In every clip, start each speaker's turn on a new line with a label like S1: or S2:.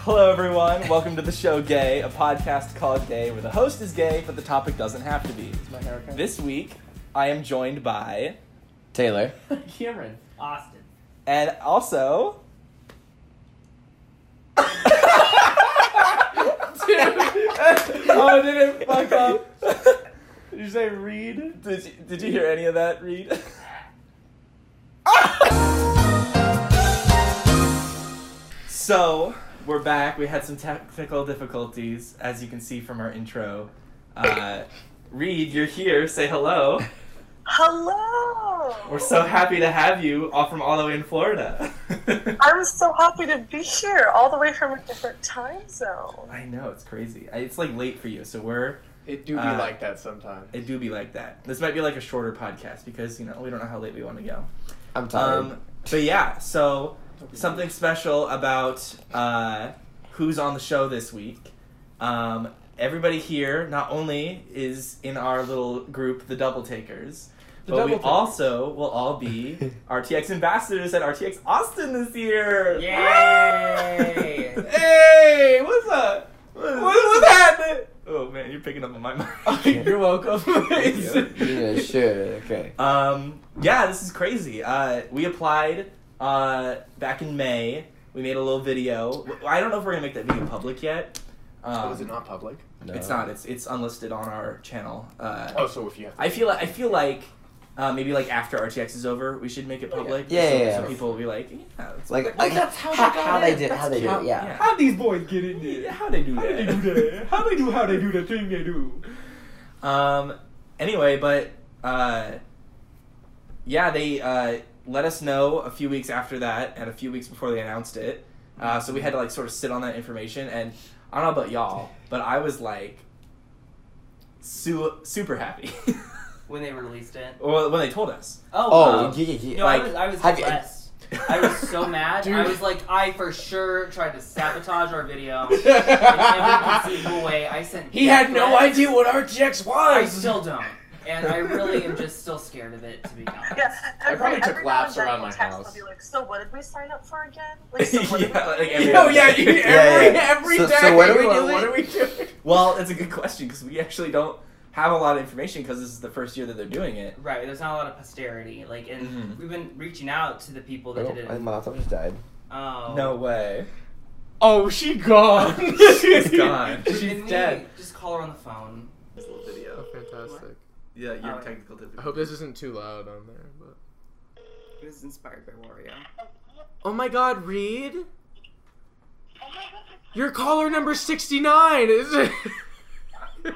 S1: Hello, everyone. Welcome to the show Gay, a podcast called Gay, where the host is gay, but the topic doesn't have to be.
S2: my hair okay?
S1: This week, I am joined by,
S3: Taylor.
S2: Cameron.
S4: Austin.
S1: and also.
S2: Dude. oh, I didn't fuck up. Did you say read?
S1: Did you, did you hear any of that, Reed? so, we're back. We had some technical difficulties, as you can see from our intro. Uh, Reed, you're here. Say hello.
S5: Hello.
S1: We're so happy to have you all from all the way in Florida.
S5: I'm so happy to be here, all the way from a different time zone.
S1: I know, it's crazy. I- It's like late for you, so we're.
S2: It do be
S1: Uh,
S2: like that sometimes.
S1: It do be like that. This might be like a shorter podcast because, you know, we don't know how late we want to go.
S3: I'm tired.
S1: Um, but yeah, so something special about uh, who's on the show this week. Um, everybody here not only is in our little group, the Double Takers,
S2: The
S1: but we
S2: Double Takers.
S1: also will all be RTX ambassadors at RTX Austin this year.
S4: Yay!
S1: hey, what's up? What, what's happening? Oh man, you're picking up on my mic.
S2: You're welcome.
S3: yeah, sure. Okay.
S1: Um, yeah, this is crazy. Uh, we applied uh, back in May. We made a little video. W- I don't know if we're gonna make that video public yet. Um,
S2: Oh, is it not public?
S3: No.
S1: It's not. It's it's unlisted on our channel. Uh,
S2: Oh, so if you have to.
S1: I feel like I feel like uh, maybe like after RTX is over, we should make it
S2: Oh, yeah.
S1: public.
S3: Yeah,
S1: so,
S3: yeah,
S1: so
S3: yeah.
S1: people will be like, yeah, it's
S3: Like,
S1: like,
S3: like that's how, how, they did how they did it. Yeah.
S1: yeah.
S4: How'd these boys get in there?
S1: How they do
S4: How
S1: that?
S4: they do that? How they do how they do the thing they do?
S1: Um. Anyway, but uh, yeah, they uh, let us know a few weeks after that, and a few weeks before they announced it. Uh, so we had to like sort of sit on that information, and I don't know about y'all, but I was like su- super happy
S4: When they released it.
S1: well, when they told us.
S3: Oh,
S1: um,
S3: yeah, yeah, yeah.
S4: no,
S1: like,
S4: I was, I was
S3: have you-
S4: depressed. I was so mad.
S2: Dude.
S4: I was like, I for sure tried to sabotage our video in every conceivable way. I sent. death threats.
S2: what RTX
S4: I
S2: was.
S4: still don't, and I really am just still scared of it. To be honest.
S5: Yeah,
S2: I
S5: and
S2: probably
S5: then
S2: took
S5: every
S2: laps
S5: now and then
S2: around
S5: we'll
S2: my
S5: text, I'll
S2: house.
S5: be like, so what did we sign up for again? Like, so
S1: yeah,
S5: what did we-
S1: like every
S2: Oh
S1: other
S2: yeah,
S1: day.
S2: you, every
S3: Yeah, yeah.
S2: every
S3: So-
S2: day.
S3: so what are we doing?
S2: What are we doing?
S1: Well, it's a good question because we actually don't have a lot of information because this is the first year that they're doing it.
S4: Right. There's not a lot of posterity. Like, and
S2: Mm-hmm.
S1: Mhm.
S4: we've been reaching out to the people that
S3: Oh,
S4: did
S3: I think
S4: it.
S3: my laptop just died.
S4: Oh.
S1: No way.
S2: Oh, she gone.
S1: She's gone.
S4: Can
S1: She's
S4: we
S1: dead.
S4: Just call her on the phone.
S2: Video.
S6: Fantastic.
S1: Yeah,
S4: your Oh.
S1: technical difficulty.
S6: I hope this isn't too loud on there, but
S4: It was inspired by Wario.
S6: Oh my god, Reed? Your caller number 69 is it?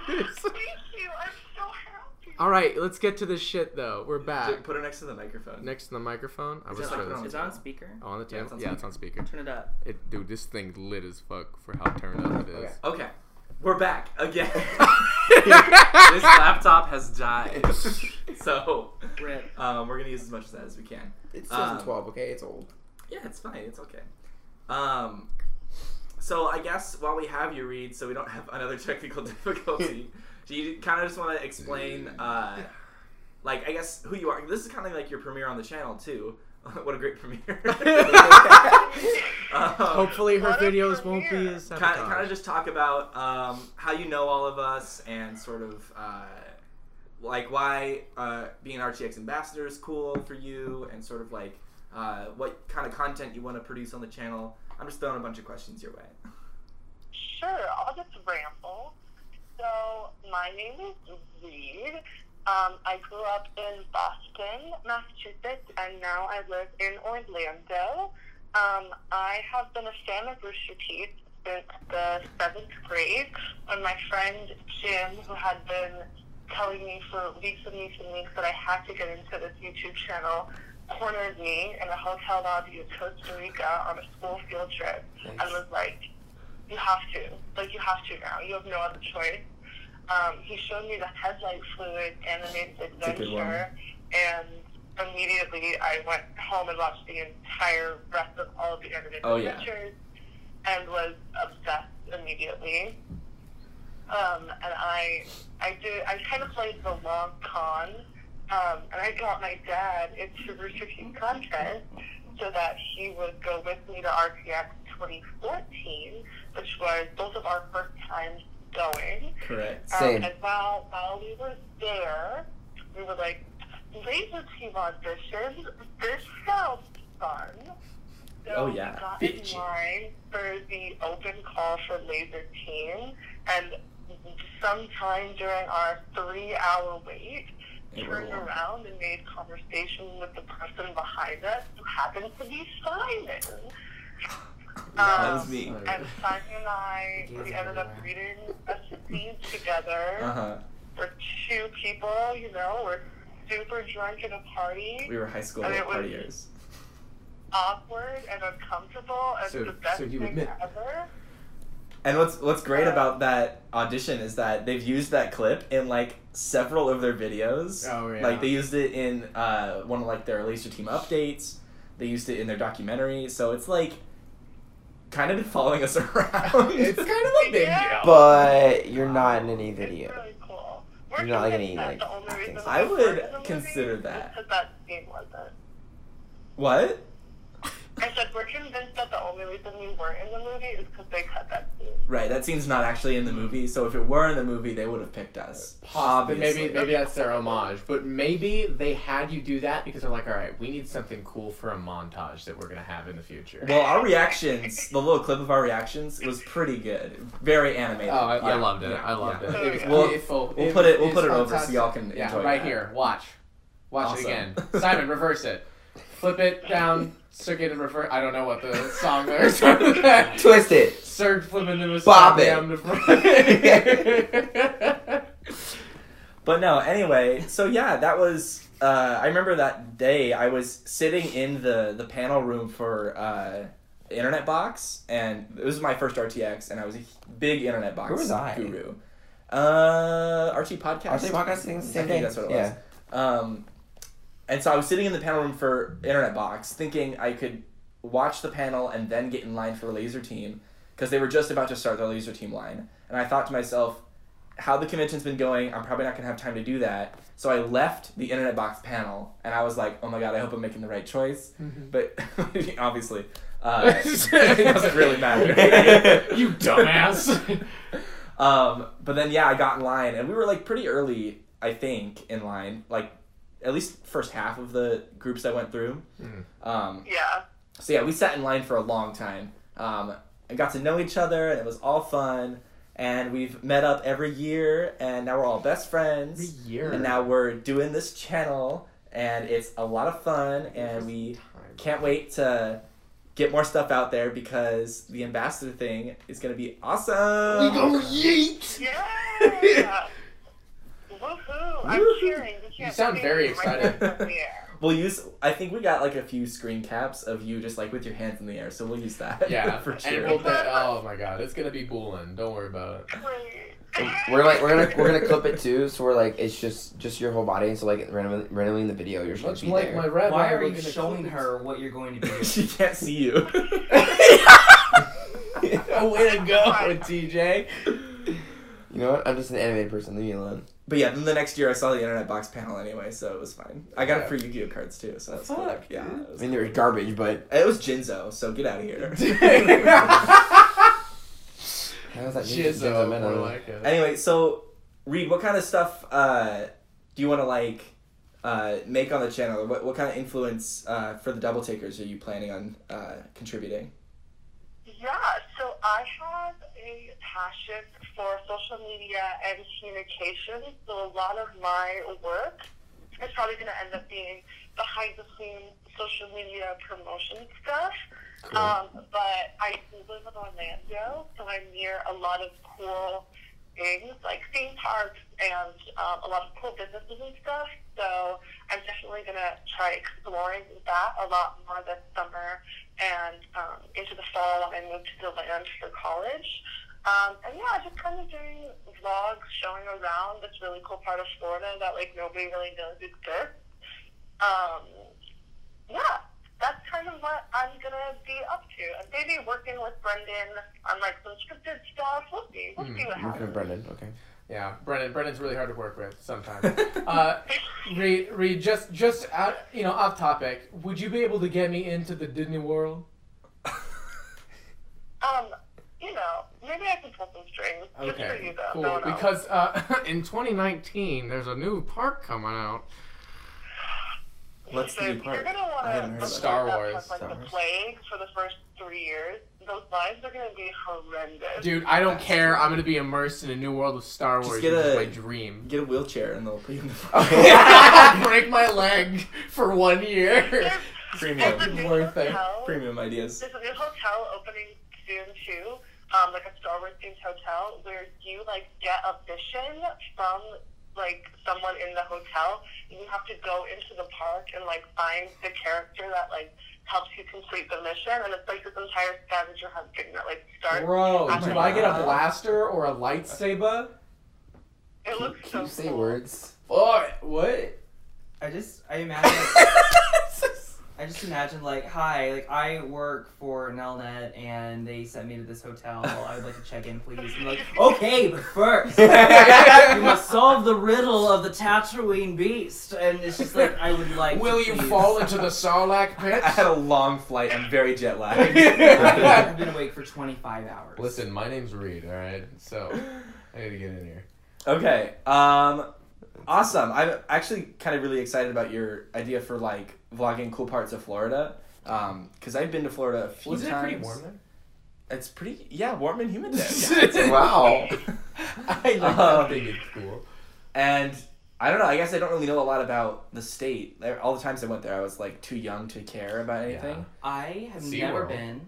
S6: Alright, let's get to this shit though. We're back.
S1: Put her next to the microphone.
S6: Next to the microphone. I was
S1: it like
S6: frozen.
S1: on-
S4: speaker?
S6: Oh, on the
S1: Yeah,
S6: table?
S1: it's on
S6: Yeah, it's on speaker.
S4: Turn it up.
S6: It, dude, this thing lit as fuck for how turned up it is.
S3: Okay.
S1: Okay, we're back again. this laptop has died, so
S4: Rip.
S1: um, we're gonna use as much of that as we can.
S3: It's
S1: Um, 2012,
S3: okay? It's old.
S1: Yeah, it's fine. It's okay. Um, so I guess while we have you, Reed, so we don't have another technical difficulty, do you kind of just want to explain, uh, like I guess who you are? This is kind of like your premiere on the channel too. what a great premiere! um,
S6: Hopefully her
S5: What a
S6: videos won't be
S5: premiere.
S6: as
S1: kind of, kind
S6: sabotaged.
S1: of just talk about um, how you know all of us and sort of uh, like why uh, being RTX ambassador is cool for you and sort of like uh, what kind of content you want to produce on the channel. I'm just throwing a bunch of questions your way.
S5: Sure, I'll just ramble. So, my name is Reed. Um, I grew up in Boston, Massachusetts, and now I live in Orlando. Um, I have been a fan of Rooster Teeth since the seventh grade when my friend Jim, who had been telling me for weeks and weeks and weeks that I had to get into this YouTube channel, cornered me in a hotel lobby in Costa Rica on a school field trip and was like, you have to. Like, you have to now. You have no other choice. Um, he showed me the headlight fluid animated
S1: a good one.
S5: adventure, and immediately I went home and watched the entire rest of all of the animated
S1: Oh, yeah.
S5: adventures and was obsessed immediately. Um, and I, I did, I kind of played the long con, um, and I got my dad into Rooster Teeth content so that he would go with me to RTX 2014, which was both of our first times going.
S1: Correct.
S3: Same.
S5: Um, and while, while we were there, we were like, laser team auditions, this sounds fun. So
S1: Oh, yeah.
S5: we got
S3: Bitchy.
S5: in line for the open call for laser team, and sometime during our three-hour wait,
S1: It
S5: turned
S1: will.
S5: around and made conversation with the person behind us who happened to be Simon.
S1: that
S5: Um,
S1: was me.
S5: and Simon and I,
S6: Gaze
S5: we ended up
S6: everywhere.
S5: reading a scene together.
S1: Uh huh.
S5: We're two people, you know, we're super drunk at a party,
S1: We were high school
S5: And it was-
S1: party years.
S5: awkward and uncomfortable, and
S3: So-
S5: the best
S3: so you
S5: thing
S3: admit-
S5: ever.
S1: And what's what's great
S6: Uh.
S1: about that audition is that they've used that clip in like several of their videos.
S6: Oh, yeah.
S1: Like they used it in uh, one of like their laser team updates. They used it in their documentary. So it's like kind of been following us around.
S6: It's kind of a big deal.
S5: Yeah.
S3: But you're not in any
S5: It's
S3: video.
S5: really cool.
S3: You're not like any,
S5: convinced that's
S3: like,
S5: the only reason
S3: acting-
S5: that
S1: I
S5: we
S1: would
S5: were in the movie
S1: consider
S5: is
S1: that.
S5: Because that scene wasn't.
S1: what?
S5: I said we're convinced that the only reason we were in the movie is because they cut that scene.
S1: Right, that scene's not actually in the movie. So if it were in the movie, they would have picked us.
S6: Possibly.
S1: Obviously.
S6: Ah, Maybe maybe that's their homage, but maybe they had you do that because they're like, all right, we need something cool for a montage that we're gonna have in the future.
S1: Well, our reactions, the little clip of our reactions, was pretty good. Very animated.
S6: Oh, I, I
S1: Yeah,
S6: loved it.
S1: yeah,
S6: I loved
S1: yeah.
S6: it. It was
S1: We'll-
S6: beautiful.
S1: we'll put it- we'll put it
S6: was
S1: over so y'all can
S6: fantastic. yeah,
S1: enjoy
S6: right
S1: that.
S6: here. Watch, watch
S1: Awesome.
S6: it again. Simon, reverse it. Flip it down. Circuit and reverse. I don't know what the song lyrics are. for that.
S3: Twist it.
S6: Circ flipping the mistake
S3: Bob it.
S6: down to-
S1: But no, anyway, so yeah, that was. Uh, I remember that day I was sitting in the the panel room for uh, Internet Box, and it was my first RTX, and I was a big Internet Box
S3: Where was I?
S1: guru. Uh, RT podcast.
S3: Are they podcasting the
S1: I
S3: same
S1: think
S3: day?
S1: that's what it
S3: yeah.
S1: was. Um, and so I was sitting in the panel room for Internet Box, thinking I could watch the panel and then get in line for Laser Team because they were just about to start their Laser Team line. And I thought to myself, how the convention's been going, I'm probably not gonna have time to do that. So I left the Internet Box panel, and I was like, oh my god, I hope I'm making the right choice.
S6: Mm-hmm.
S1: But obviously, uh, it doesn't really matter.
S6: you dumbass.
S1: Um, but then yeah, I got in line, and we were like pretty early, I think, in line, like at least first half of the groups I went through.
S6: Mm.
S1: Um,
S5: Yeah.
S1: so yeah, we sat in line for a long time, um, and got to know each other, and it was all fun. And we've met up every year, and now we're all best
S6: Every
S1: friends.
S6: year.
S1: And now we're doing this channel, and it's a lot of fun, and we can't wait to get more stuff out there because the ambassador thing is gonna be awesome.
S6: Oh, yeet.
S5: Yeah. Woohoo! I'm
S1: Woohoo.
S5: cheering. You, can't
S6: sound
S5: see
S6: very
S5: me right now
S1: excited.
S5: from here.
S1: We'll use. I think we got like a few screen caps of you just like with your hands in the air, so we'll use that.
S6: Yeah,
S1: for
S6: And
S1: sure.
S6: we'll bet- oh my god, it's gonna be booling. Don't worry about it.
S5: Great.
S3: We're like we're gonna we're gonna clip it too, so we're like it's just just your whole body, so like randomly randomly in the video you're
S6: Much
S3: supposed to be
S6: like
S3: there.
S6: my red
S4: Why
S6: eye,
S4: are
S6: we're
S4: you
S6: gonna
S4: showing
S6: clip it.
S4: her what you're going to do?
S1: she can't see you.
S6: Way to go, TJ.
S3: you know what? I'm just an animated person. Leave me alone.
S1: but yeah, then the next year I saw the Internet Box panel anyway, so it was fine. I got
S6: Yeah.
S1: it for Yu-Gi-Oh cards too, so that's cool.
S6: Fuck,
S1: Yeah, it
S3: I
S1: was,
S3: mean, they're garbage, but
S1: it was Jinzo, so get out of here.
S3: how is that?
S6: Jizzo, more like it.
S1: anyway, so Reed, what kind of stuff uh, do you want to like uh, make on the channel? What what kind of influence uh, for the Double Takers are you planning on uh, contributing?
S5: Yeah, so I have a passion for social media and communication. So a lot of my work is probably going to end up being behind the scenes social media promotion stuff. Um, but I do live in Orlando, so I'm near a lot of cool things like theme parks and um, a lot of cool businesses and stuff. So I'm definitely going to try exploring that a lot more this summer and um, into the fall when I move to the land for college. Um, and yeah, just kind of doing vlogs, showing around this really cool part of Florida that like nobody really knows exists. Um, yeah, that's kind of what I'm gonna be up to. And maybe working with Brendan on like some scripted stuff. We'll see. We'll see what
S3: Working with
S5: happens.
S3: Brendan, okay.
S6: Yeah, Brennan. Brennan's really hard to work with sometimes. uh, Reed, Reed, just just out, you know, off topic. Would you be able to get me into the Disney World?
S5: Um, maybe I can pull some strings. Good for you,
S6: Okay,
S5: though.
S6: cool.
S5: No, no.
S6: Because uh, in 2019, there's a new park coming out.
S1: What's the new part?
S5: You're gonna
S1: I haven't heard
S5: want
S1: of
S5: to
S1: it.
S6: Star Wars.
S5: Like
S3: Star
S5: the
S3: Wars.
S5: plague for the first three years. Those lives are gonna be horrendous.
S6: Dude, I don't care. I'm gonna be immersed in a new world of Star
S1: Just
S6: Wars.
S1: get
S6: which is
S1: a-
S6: my dream.
S1: Get a wheelchair and they'll put you in the
S6: Break my leg for one year.
S5: There's,
S1: premium.
S5: there's a new
S6: Worth it.
S5: hotel.
S1: Premium ideas.
S5: There's a new hotel opening soon too. Um, like a Star Wars themed hotel where you like get a vision from like someone in the hotel. You have to go into the park and like find the character that like helps you complete the mission, and it's like this entire scavenger hunt thing that like starts.
S6: Bro,
S5: Oh
S6: do
S5: my
S6: I get a
S1: God.
S6: blaster or a lightsaber?
S5: It
S3: Can,
S5: looks
S3: can
S5: so
S3: you say
S5: cool.
S3: words?
S6: Boy, what?
S2: I just I imagine I just imagine like hi like I work for Nelnet and they sent me to this hotel. I would like to check in, please. And like okay, but first we must solve the riddle of the Tatooine beast. And it's just like I would like.
S6: Will
S2: to
S6: you
S2: please-
S6: fall into the Sarlacc
S1: I had
S6: pit?
S1: a long flight. I'm very jet
S2: I've
S1: lagged.
S2: been- I've been awake for 25 hours.
S6: Listen, my name's Reed. All right, so I need to get in here.
S1: Okay. Um, awesome. I'm actually kind of really excited about your idea for like vlogging cool parts of Florida. Um, because I've been to Florida a few
S6: Was it
S1: times.
S6: pretty warm there?
S1: It's pretty, yeah, warm and humid there.
S3: Wow.
S6: I like
S1: Um,
S6: that thing. It's cool.
S1: and I don't know. I guess I don't really know a lot about the state. There- All the times I went there, I was like too young to care about anything.
S2: I have
S6: SeaWorld.
S2: never been.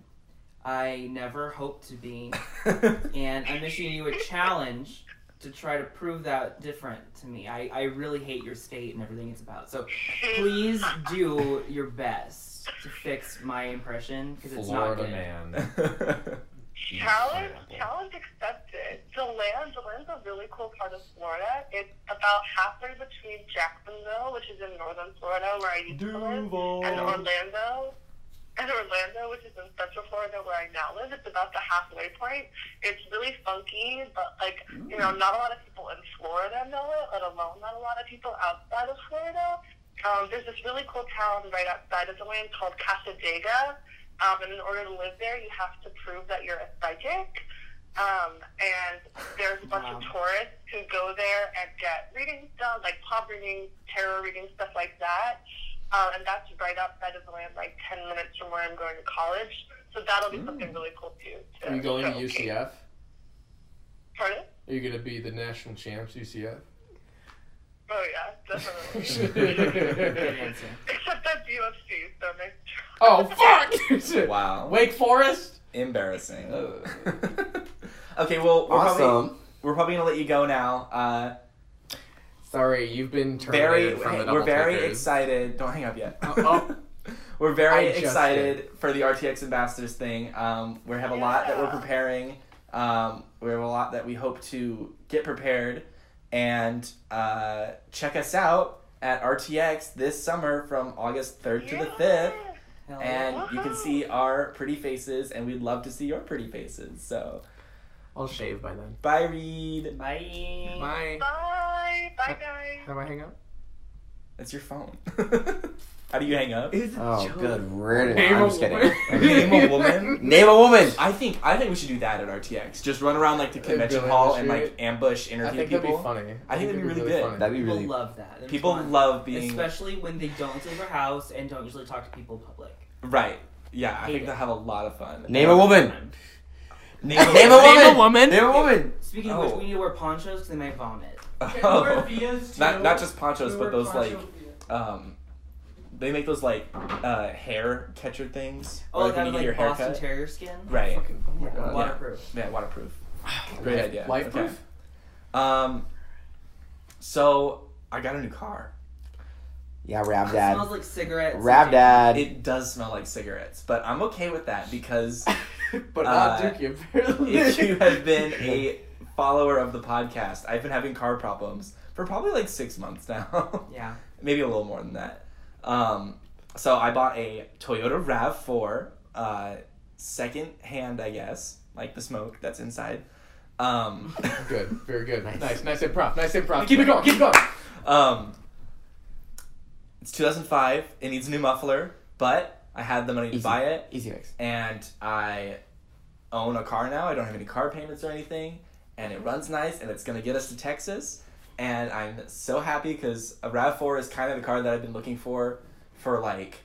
S2: I never hope to be. and I'm issuing you a challenge to try to prove that different to me. I, I really hate your state and everything it's about. So please do your best to fix my impression because it's not
S6: Florida
S2: good.
S6: man. eats
S5: Challenge,
S6: pineapple.
S5: challenge accepted. Deland, Deland's a really cool part of Florida. It's about halfway between Jacksonville, which is in northern Florida, where I used to live, and Orlando, and Orlando, which is in central Florida, where I now live. It's about the halfway point. It's really funky, but like
S6: Mm.
S5: you know, not a lot of people in Florida know it, let alone not a lot of people outside of Florida. Um, there's this really cool town right outside of Deland called Casadega. Um, and in order to live there, you have to prove that you're a psychic. Um, and there's a bunch of
S2: Wow.
S5: tourists who go there and get readings done, like palm readings, tarot readings, stuff like that. Um, and that's right outside of the land, like 10 minutes from where I'm going to college. So that'll be something really cool too. to-
S6: Mm. Are you going to
S5: so-
S6: UCF?
S5: Pardon?
S6: Are you gonna be the national champs UCF?
S5: Oh, yeah, definitely.
S2: Good answer.
S5: Except that's UFC, so next
S6: oh fuck!
S1: wow.
S6: Wake Forest.
S1: Embarrassing.
S6: Ugh.
S1: okay, well, we're probably,
S3: awesome.
S1: we're probably gonna let you go now. Uh,
S6: Sorry, you've been
S1: very,
S6: terminated from the
S1: we're
S6: double
S1: very
S6: Clickers.
S1: excited. Don't hang up yet.
S6: Oh,
S1: We're very
S6: I just
S1: excited for the RTX ambassadors thing. Um, we have a lot that we're
S5: Yeah.
S1: preparing. Um, we have a lot that we hope to get prepared, and uh, check us out at RTX this summer from August third to the fifth,
S2: Hell yeah.
S1: and you can see our pretty faces, and we'd love to see your pretty faces. So
S6: I'll shave by then.
S1: bye, Reed.
S2: Bye.
S6: Bye.
S5: Bye. Bye, guys.
S6: How do I hang up?
S1: That's your phone. How do you hang up?
S3: Oh, good word.
S6: Name
S3: I'm
S6: a
S3: just kidding.
S6: woman.
S3: Okay.
S1: Name a woman.
S3: Name a woman.
S1: I think I think we should do that at RTX. Just run around like the
S6: Uh,
S1: convention
S6: go
S1: hall
S6: in
S1: and
S6: the
S1: like
S6: street.
S1: ambush
S6: I
S1: interview
S6: think that'd be
S1: people.
S6: funny.
S1: I think that'd be really good.
S3: That'd be
S2: People
S3: really.
S2: love that. It's
S1: People
S2: fun.
S1: love being
S2: Especially when they don't leave their house and don't usually talk to people in public.
S1: right. Yeah, I
S2: Hate
S1: think
S2: it.
S1: they'll have a lot of fun.
S3: Name a woman.
S1: Name a
S3: Name a
S1: woman.
S6: Name a
S3: woman.
S6: woman.
S3: Name a woman.
S2: Speaking
S1: Oh.
S2: of which, we need to wear ponchos because they might vomit.
S1: Oh. Not
S6: E
S1: not just ponchos, but those like um, they make those like uh hair catcher things.
S2: Oh,
S1: or, like
S2: that
S1: when you
S2: was
S1: get your
S2: like
S1: hair
S2: Boston
S1: cut.
S2: Terrier skin.
S1: Right.
S6: Fucking, oh my
S2: Yeah,
S6: god.
S2: waterproof.
S1: Yeah, waterproof. Great idea.
S6: Life
S1: Okay.
S6: proof?
S1: Um. So I got a new car.
S3: Yeah, Rab
S2: It smells
S3: Dad.
S2: like cigarettes.
S3: Rab Dad.
S1: It does smell like cigarettes, but I'm okay with that because
S6: but
S1: Uh,
S6: not Dookie, apparently.
S1: if you have been a follower of the podcast, I've been having car problems for probably like six months now,
S2: Yeah.
S1: maybe a little more than that. Um, so I bought a Toyota Rav Four, uh, second hand, I guess, like the smoke that's inside. Um,
S6: Good, very good. Nice. nice, improv, nice improv. Keep it going, keep it going.
S1: um, it's 2005. It needs a new muffler, but I had the money to
S3: Easy.
S1: buy it.
S3: Easy mix.
S1: and I own a car now. I don't have any car payments or anything, and it runs nice, and it's gonna get us to Texas. And I'm so happy because a Rav Four is kind of the car that I've been looking for for like.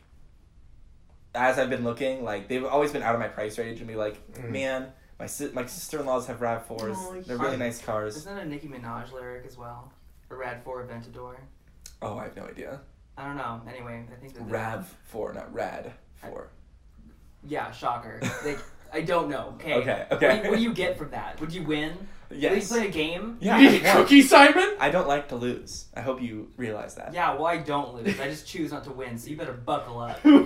S1: As I've been looking, like they've always been out of my price range, and be like,
S3: Mhm.
S1: man, my si- my sister in laws have Rav Fours.
S2: Oh,
S1: They're really
S2: shit.
S1: nice cars.
S2: Isn't that a Nicki Minaj lyric as well? A Rad 4 Aventador?
S1: Oh, I have no idea.
S2: I don't know. Anyway, I think that they-
S1: Rav Four, not Rad Four.
S2: Yeah, shocker. Like, I don't know. Okay.
S1: Okay,
S2: What do you- What,
S1: okay.
S2: do you get from that? Would you win? Would you
S1: Yes.
S2: play a game?
S1: Yeah.
S6: you need a
S1: yeah.
S6: cookie, Simon?
S1: I don't like to lose. I hope you realize that.
S2: Yeah, well, I don't lose. I just choose not to win, so you better buckle up. Pun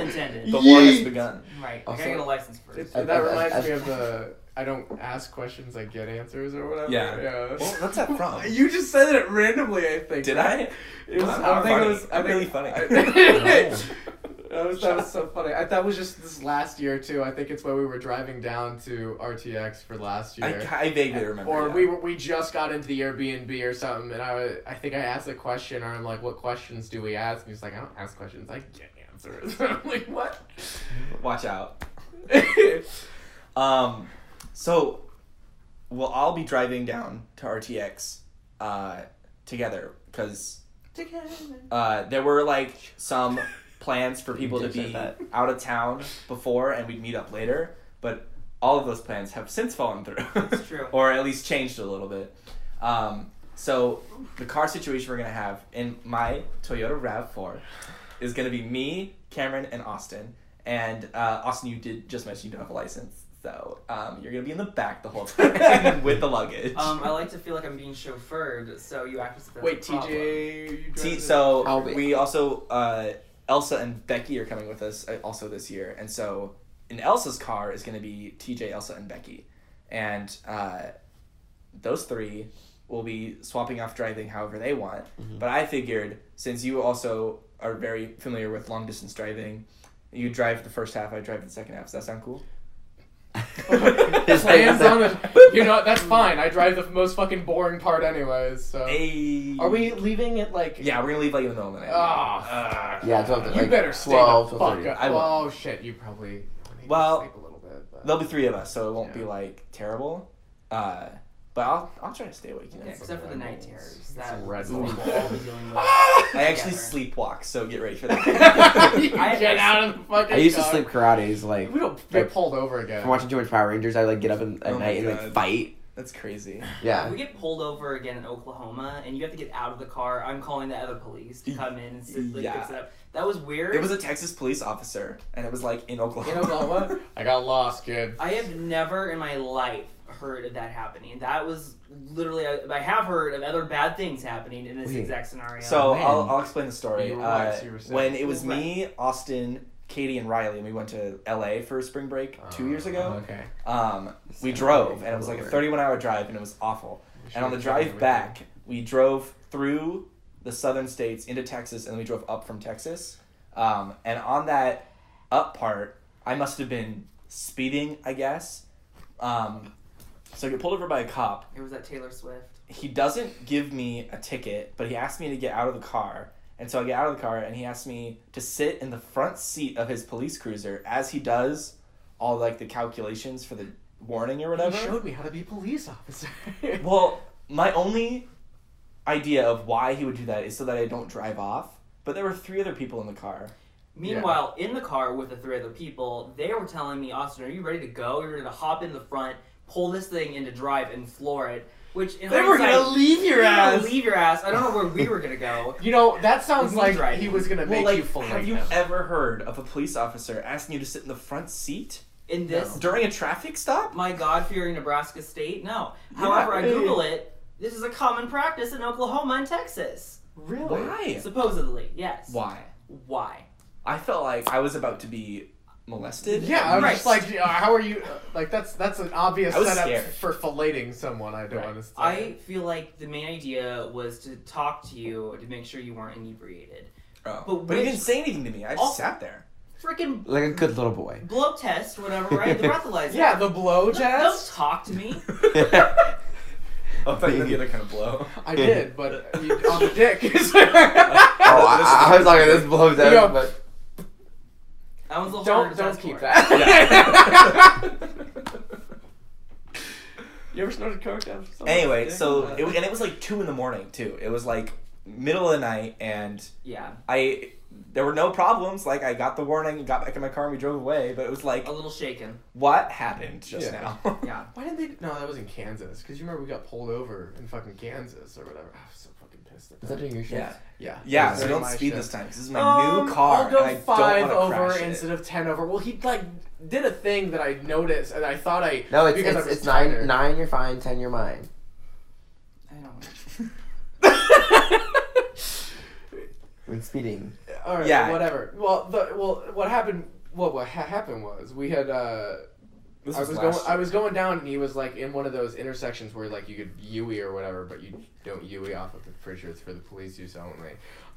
S6: It's-
S2: intended.
S1: The war has
S6: Yeet.
S1: begun.
S2: Right. I
S3: Also-
S2: gotta get a license first.
S3: I-
S6: that
S3: I-
S6: reminds
S3: I-
S6: me of the I don't ask questions, I get answers or whatever.
S1: Yeah.
S6: yeah.
S1: Well, what's that from?
S6: You just said it randomly, I think.
S1: Did I?
S6: It was,
S1: I'm-
S6: I
S1: I'm
S6: think
S1: funny.
S6: it was I
S1: I'm
S6: think-
S1: really funny.
S6: I was, that was so funny. I, that was just this last year too. I think it's when we were driving down to RTX for last year.
S1: I, I vaguely remember.
S6: or
S1: yeah.
S6: we were, we just got into the Airbnb or something, and I was- I think I asked a question, or I'm like, "What questions do we ask?" And he's like, "I don't ask questions. I get answers." I'm like, "What?"
S1: Watch out. Um, so, we'll all be driving down to RTX uh, together because uh, there were like some plans for people to
S3: did say
S1: be
S3: that.
S1: out of town before and we'd meet up later, but all of those plans have since fallen through.
S2: It's true.
S1: or at least changed a little bit. Um, so, the car situation we're going to have in my Toyota RAV4 is going to be me, Cameron, and Austin. And uh, Austin, you did just mention you don't have a license, so um, you're going to be in the back the whole time with the luggage.
S2: Um, I like to feel like I'm being chauffeured, so you act as if that's
S6: Wait,
S2: a problem.
S6: TJ. you drove
S1: T-
S6: the-
S1: so
S3: I'll be-
S1: we also uh, Elsa and Becky are coming with us uh, also this year, and so in Elsa's car is going to be TJ, Elsa, and Becky, and uh, those three will be swapping off driving however they want. But I figured since you also are very familiar with long distance driving, you drive the first half, I drive the second half. Does that sound cool?
S3: His
S6: Hands on
S3: it.
S6: the- you know that's fine. I drive the most fucking boring part, anyways. So
S1: Hey.
S6: are we leaving it like?
S1: Yeah, we're gonna leave like in the middle of the night.
S6: Ah,
S3: Yeah, it's up to,
S6: you
S3: like,
S6: better stay
S3: 12
S6: the
S3: to
S6: fuck
S3: 30.
S6: up.
S1: I will.
S6: oh shit, you probably need
S1: Well,
S6: to sleep a little bit. But.
S1: There'll be three of us, so it won't be
S6: Yeah.
S1: like terrible. Uh, but I'll I'll try to stay awake. You know?
S2: Yeah, except for the night terrors. That
S6: some Red
S2: is what
S6: Bull.
S2: we'll all be dealing with.
S1: I actually sleepwalk, so get ready for that.
S6: You
S2: I-
S6: get out of the fucking
S3: I used to
S6: car.
S3: sleep karate's like
S6: We don't get pulled over again.
S3: from watching too much Power Rangers. I like get up in, at
S1: Oh my
S3: night and like
S1: God.
S3: fight.
S1: That's crazy.
S3: Yeah,
S2: We get pulled over again in Oklahoma, and you have to get out of the car. I'm calling the other police to come in and sit, like,
S1: Yeah.
S2: fix it up. That was weird.
S1: It was a Texas police officer, and it was like in Oklahoma.
S6: In Oklahoma, I got lost, kid.
S2: I have never in my life heard of that happening. That was literally I, I have heard of other bad things happening in this
S3: Wait.
S2: exact scenario.
S1: so uh,
S3: man.
S1: I'll, I'll explain the story.
S6: You were
S1: Uh,
S6: right, so you were saying-
S1: when it was
S2: You were
S1: me, Austin, Katie, and Riley, and we went to L.A. for spring break two years ago.
S6: Oh, Okay.
S1: Um, we
S3: Sounds
S1: drove,
S3: like
S1: and it was like a
S3: Uber.
S1: 31 hour drive, and it was awful. And on the drive back, we drove through the southern states into Texas, and then we drove up from Texas. Um, and on that up part, I must have been speeding, I guess. Um, so I get pulled over by a cop.
S2: it was that Taylor Swift.
S1: He doesn't give me a ticket, but he asked me to get out of the car. And so I get out of the car, and he asked me to sit in the front seat of his police cruiser as he does all like the calculations for the warning or
S6: You
S1: whatever.
S6: showed me how to be a police officer.
S1: Well, my only idea of why he would do that is so that I don't drive off. But there were three other people in the car.
S2: Meanwhile, in the car with the three other people, they were telling me, Austin, are you ready to go? You're going to hop in the front, pull this thing into drive, and floor it. Which in hindsight,
S1: leave
S2: they were gonna leave your ass. I don't know where we were gonna go.
S6: you know that sounds
S2: Me
S6: like
S2: driving.
S6: he was gonna
S1: Well,
S6: make
S1: like,
S6: you fillet
S1: have you
S6: him.
S1: ever heard of a police officer asking you to sit in the front seat
S2: In this,
S1: during a traffic stop?
S2: my God-fearing Nebraska state, no. However, I Google it. This is a common practice in Oklahoma and Texas.
S6: Really?
S1: Why?
S2: Supposedly, yes.
S1: Why?
S2: Why?
S1: I felt like I was about to be molested.
S6: Yeah, I was
S1: Right.
S6: just like, uh, how are you? uh, Like, that's that's an obvious
S1: I was
S6: setup
S1: scared.
S6: for filleting someone. I don't
S1: Right.
S2: I
S6: understand.
S2: feel like the main idea was to talk to you to make sure you weren't inebriated.
S1: Oh. But,
S2: But
S1: he
S2: which-
S1: didn't say anything to me. I just
S2: Oh.
S1: sat there.
S2: Freaking
S3: like a good little boy.
S2: blow test, whatever, right? The breathalyzer.
S6: yeah, the blow
S2: Don't, don't
S6: test.
S2: talk to me.
S1: Oh, that the other kind of blow.
S6: I did, but uh, you, on the dick.
S3: Oh, I, I was like, this blows out.
S6: Yo.
S3: but
S2: That was the whole
S6: don't don't keep
S2: for.
S6: that. You ever snorted coke? down someone's
S1: Anyway,
S6: dick?
S1: so
S6: Uh,
S1: it, was- and it was like two in the morning too. It was like middle of the night, and
S2: Yeah.
S1: I there were no problems. Like I got the warning, got back in my car, and we drove away. But it was like,
S2: A little shaken.
S1: what happened just
S6: Yeah.
S1: now?
S2: Yeah.
S6: why did they? No, that was in Kansas. Cause you remember we got pulled over in fucking Kansas or whatever. I was so fucking pissed. At
S3: Is that
S6: that.
S3: during your shift?
S1: Yeah.
S6: Yeah. it
S1: yeah.
S6: was
S1: So
S6: during
S1: don't
S6: my
S1: speed
S6: shift.
S1: this time. 'cause this is my
S6: Um,
S1: new car.
S6: I'll go
S1: and I don't
S6: five
S1: wanna
S6: over
S1: crash it.
S6: instead of ten over. Well, he like did a thing that I noticed, and I thought I
S3: No, it's
S6: because I
S3: it's,
S6: was
S3: it's nine
S6: tighter.
S3: nine. You're fine. Ten, you're mine.
S2: I don't.
S3: When speeding.
S6: All right,
S1: Yeah.
S6: whatever. Well, the, well, what happened? Well, what ha- happened was we had. Uh,
S1: This
S6: I
S1: was
S6: was going.
S1: last
S6: I
S1: year.
S6: was going down, and he was like in one of those intersections where like you could Yui or whatever, but you don't Yui off of. I'm pretty sure it's for the police use only.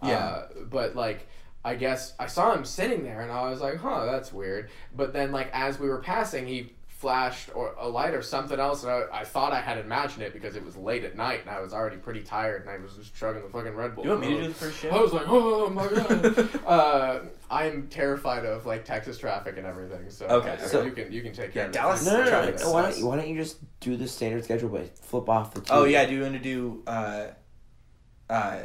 S1: Yeah.
S6: Uh, but like, I guess I saw him sitting there, and I was like, "Huh, that's weird." But then, like, as we were passing, he flashed or a light or something else, and I, I thought I had imagined it because it was late at night, and I was already pretty tired, and I was just chugging the fucking Red Bull.
S1: You want me to do the first shift?
S6: I was like, oh my god. uh, I'm terrified of like Texas traffic and everything. So
S1: Okay,
S6: uh,
S1: so-
S6: you can you can take
S1: Yeah,
S6: care. of it.
S1: Dallas
S3: No, no, no.
S1: Traffic
S3: no, why,
S1: sucks.
S3: don't, why don't you just do the standard schedule, but flip off the two?
S1: Oh yeah. Do you want to do uh, uh,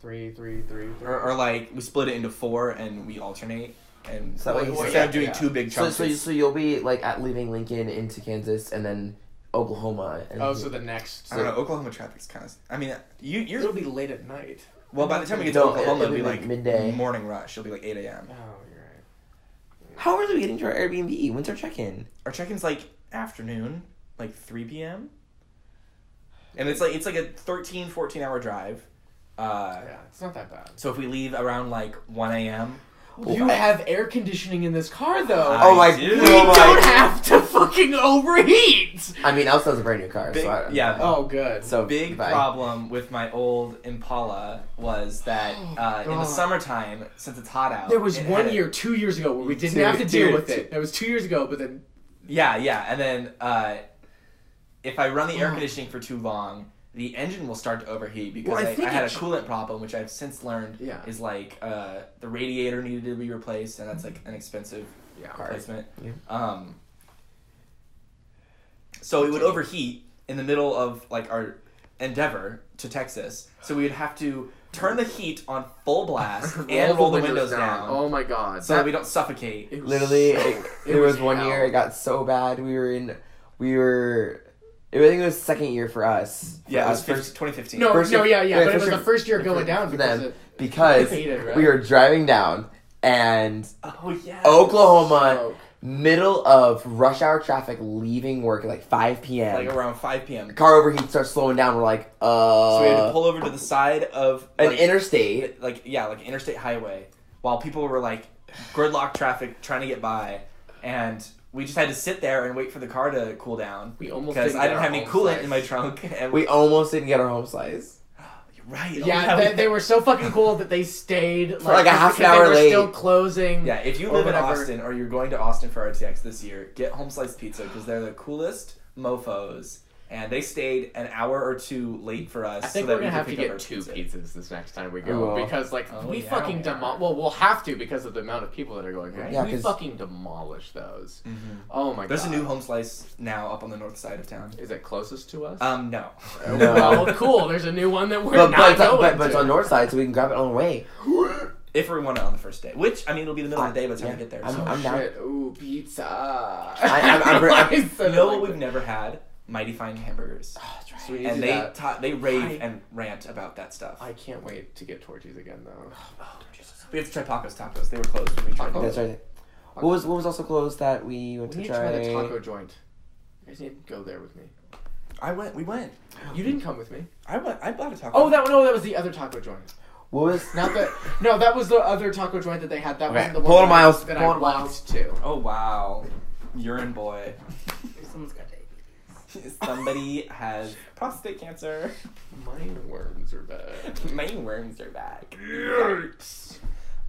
S6: Three, three, three, three.
S1: or, or like we split it into four and we alternate and
S3: So that way you-
S1: instead
S6: yeah,
S1: of doing
S6: yeah.
S1: two big
S3: So,
S1: chunks.
S3: so, you- so you'll be like at leaving Lincoln into Kansas and then Oklahoma. And
S6: oh, so the next.
S1: I don't know. Oklahoma traffic's kind of. I mean, you
S6: It'll
S1: you're
S6: be late at night.
S1: well. By the time we get to
S3: No,
S1: Oklahoma,
S3: it'll
S1: it'll be
S3: be
S1: like
S3: midday.
S1: morning rush. It'll be like eight a.m.
S6: Oh, you're right.
S3: how early are we getting to our Airbnb? When's our check-in?
S1: Our check-in's like afternoon, like three p.m. And it's like it's like a 13, 14 hour drive. Uh,
S6: Yeah, it's not that bad.
S1: So if we leave around like one a.m.
S6: Oh, You have air conditioning in this car, though.
S1: Oh, I
S3: Oh my-
S1: do.
S6: we
S3: oh my-
S6: don't have to fucking overheat.
S3: I mean, Elsa's a brand new car,
S1: Big-
S3: so I,
S1: yeah.
S6: Oh, good.
S3: So
S1: big
S3: bye.
S1: problem with my old Impala was that uh, in the
S6: Oh, God.
S1: summertime, since it's hot out,
S6: There was
S1: it
S6: one
S1: had a-
S6: year, two years ago, where we didn't
S1: Dude,
S6: have to deal
S1: dude,
S6: with
S1: dude.
S6: it. That was two years ago, but then
S1: Yeah, yeah, and then uh, if I run the air
S6: Oh.
S1: conditioning for too long, the engine will start to overheat because
S6: Well, I
S1: I, I,
S6: think
S1: had a
S6: it sh-
S1: coolant problem, which I've since learned
S6: Yeah.
S1: is like uh, the radiator needed to be replaced, and that's like an expensive
S6: yeah,
S1: replacement.
S3: Yeah.
S1: Um, so it would overheat in the middle of like our endeavor to Texas, so we would have to turn the heat on full blast and roll the windows, down,
S6: Oh my god.
S1: so that we don't suffocate.
S6: it was
S3: Literally,
S6: so-
S3: it,
S6: it
S3: there was, one
S6: hell.
S3: year it got so bad. We were in, we were, I think it was second year for us. For
S1: Yeah, it was
S3: us, first-
S1: 15, 2015.
S6: No,
S3: First
S6: no,
S3: year-
S6: yeah, yeah,
S3: yeah,
S6: but it
S3: first
S6: was
S3: year-
S6: the first year
S3: for-
S6: going down
S3: for
S6: because
S3: them.
S6: it-
S3: because
S6: Hated, right?
S3: we were driving down and
S1: Oh yeah.
S3: Oklahoma,
S6: Smoke.
S3: middle of rush hour traffic, leaving work at like 5 p.m.
S1: like around 5 p.m.
S3: car overheats, starts slowing down. We're like, uh,
S1: so we had to pull over to the side of
S3: an
S1: like,
S3: interstate.
S1: like yeah, like interstate highway, while people were like gridlock traffic trying to get by, and we just had to sit there and wait for the car to cool down
S6: we almost
S1: because
S6: didn't
S1: I
S6: get
S1: didn't
S6: our
S1: have any
S6: home
S1: coolant
S6: slice.
S1: in my trunk. And
S3: We almost didn't get our home slice.
S1: right, oh,
S6: Yeah,
S1: we-
S6: they, they were so fucking cool that they stayed like,
S3: like, a
S6: just
S3: half an
S6: because
S3: hour
S6: They were
S3: late.
S6: still closing.
S1: Yeah, if you
S6: or
S1: live in
S6: whatever.
S1: Austin or you're going to Austin for RTX this year, get home sliced pizza because they're the coolest mofo's. And they stayed an hour or two late for us.
S6: I think
S1: so that
S6: we're gonna
S1: we could
S6: have to
S1: pick up our
S6: get two
S1: pizza.
S6: pizzas this next time we
S3: We
S6: go
S3: will.
S6: because like
S1: Oh,
S6: we
S1: yeah,
S6: fucking
S1: we
S6: demol. Well, we'll have to because of the amount of people that are going.
S1: Right.
S6: Right?
S3: Yeah,
S6: we
S3: 'cause-
S6: fucking demolish those. Oh my
S1: Mm-hmm. There's
S6: god.
S1: a new home slice now up on the north side of town.
S6: Is it closest to us?
S1: Um, no.
S6: Oh,
S3: No.
S6: Well, cool. There's a new one that we're
S3: Uh, But but,
S6: not
S3: it's on,
S6: going
S3: but, but it's
S6: to.
S3: on north side, so we can grab it on the way.
S1: If we want it on the first day, which I mean, it'll be the middle of the day by the time we
S3: Yeah,
S1: get there.
S3: I'm-
S1: so.
S6: oh,
S3: down.
S6: shit. Ooh, pizza.
S3: I'm- I'm-
S6: Why
S3: I'm-
S6: is
S1: you
S6: it
S1: know
S6: like
S1: what we've
S6: that?
S1: never had? Mighty Fine hamburgers,
S6: So we need to
S1: and
S6: do
S1: they
S6: that.
S1: ta- they rave
S6: I-
S1: and rant about that stuff.
S6: I can't wait to get Torchies again though.
S1: we have to try Paco's Tacos. They were closed when we tried.
S6: Paco-
S1: them.
S3: That's right. What was what was also closed that we went
S6: Oh. We need to
S3: to try?
S6: try the taco joint. You guys need to go there with me.
S1: I went. We went.
S6: You didn't come with me.
S1: I went. I bought a taco.
S6: Oh, that no, that was the other taco joint.
S3: What was
S6: Not that. No, that was the other taco joint that they had. That
S3: Okay,
S6: wasn't the
S3: pull
S6: one
S3: the miles,
S6: that, I-
S3: pull
S6: that I
S3: the
S6: walked to.
S1: Oh wow, urine boy.
S2: Someone's got diabetes.
S1: Somebody has prostate cancer.
S6: Mine worms are bad.
S1: My worms are back.
S6: Yikes.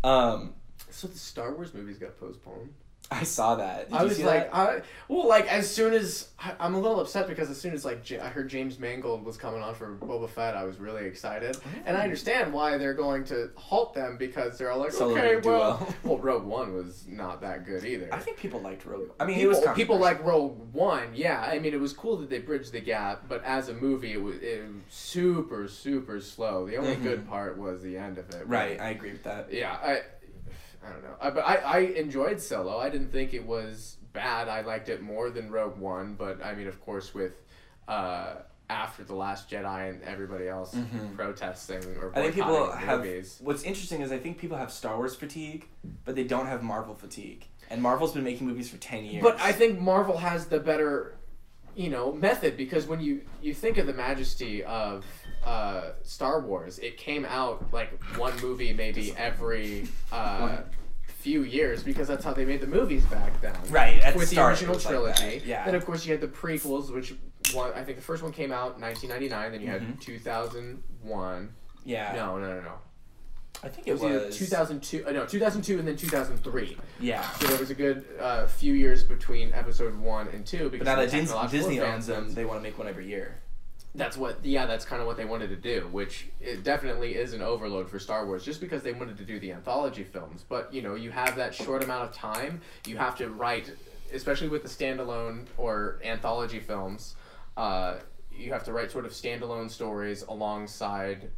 S1: Um.
S6: So the Star Wars movies got postponed.
S1: I saw that. Did
S6: I
S1: you
S6: was
S1: see
S6: like,
S1: that?
S6: I, well, like as soon as I, I'm a little upset because as soon as like J- I heard James Mangold was coming on for Boba Fett, I was really excited,
S1: Oh.
S6: and I understand why they're going to halt them because they're all like,
S1: Solo
S6: okay,
S1: didn't do
S6: well,
S1: well.
S6: well, Rogue One was not that good either.
S1: I think people liked Rogue. I mean,
S6: people,
S1: it was controversial.
S6: people like Rogue One, yeah. I mean, it was cool that they bridged the gap, but as a movie, it was, it was super, super slow. The only
S1: Mhm.
S6: good part was the end of it.
S1: right. I agree with that.
S6: Yeah, I, I don't know, I, but I, I enjoyed Solo. I didn't think it was bad. I liked it more than Rogue One, but I mean, of course, with uh, after the Last Jedi and everybody else
S1: Mhm.
S6: protesting or
S1: I think people
S6: boycotting
S1: have-
S6: movies.
S1: What's interesting is I think people have Star Wars fatigue, but they don't have Marvel fatigue. And Marvel's been making movies for ten years.
S6: But I think Marvel has the better, you know, method because when you you think of the majesty of uh, Star Wars, it came out like one movie maybe every uh, few years because that's how they made the movies back then.
S1: right at
S6: with
S1: the,
S6: the,
S1: start, it
S6: original
S1: was like
S6: trilogy.
S1: that. yeah.
S6: Then of course you had the prequels, which one I think the first one came out in 1999. Then you had 2001.
S1: Mm-hmm. yeah.
S6: No, no, no, no.
S1: I think
S6: It was, either 2002. Uh, no, 2002 and then 2003.
S1: Yeah.
S6: So there was a good uh, few years between episode one and two. Because
S1: But now that
S6: of the
S1: Dis-
S6: technological
S1: Disney owns them,
S6: advancements.
S1: they want to make one every year.
S6: that's what. Yeah, that's kind of what they wanted to do, which it definitely is an overload for Star Wars, just because they wanted to do the anthology films. But you know, you have that short amount of time. You have to write, especially with the standalone or anthology films. Uh, you have to write sort of standalone stories alongside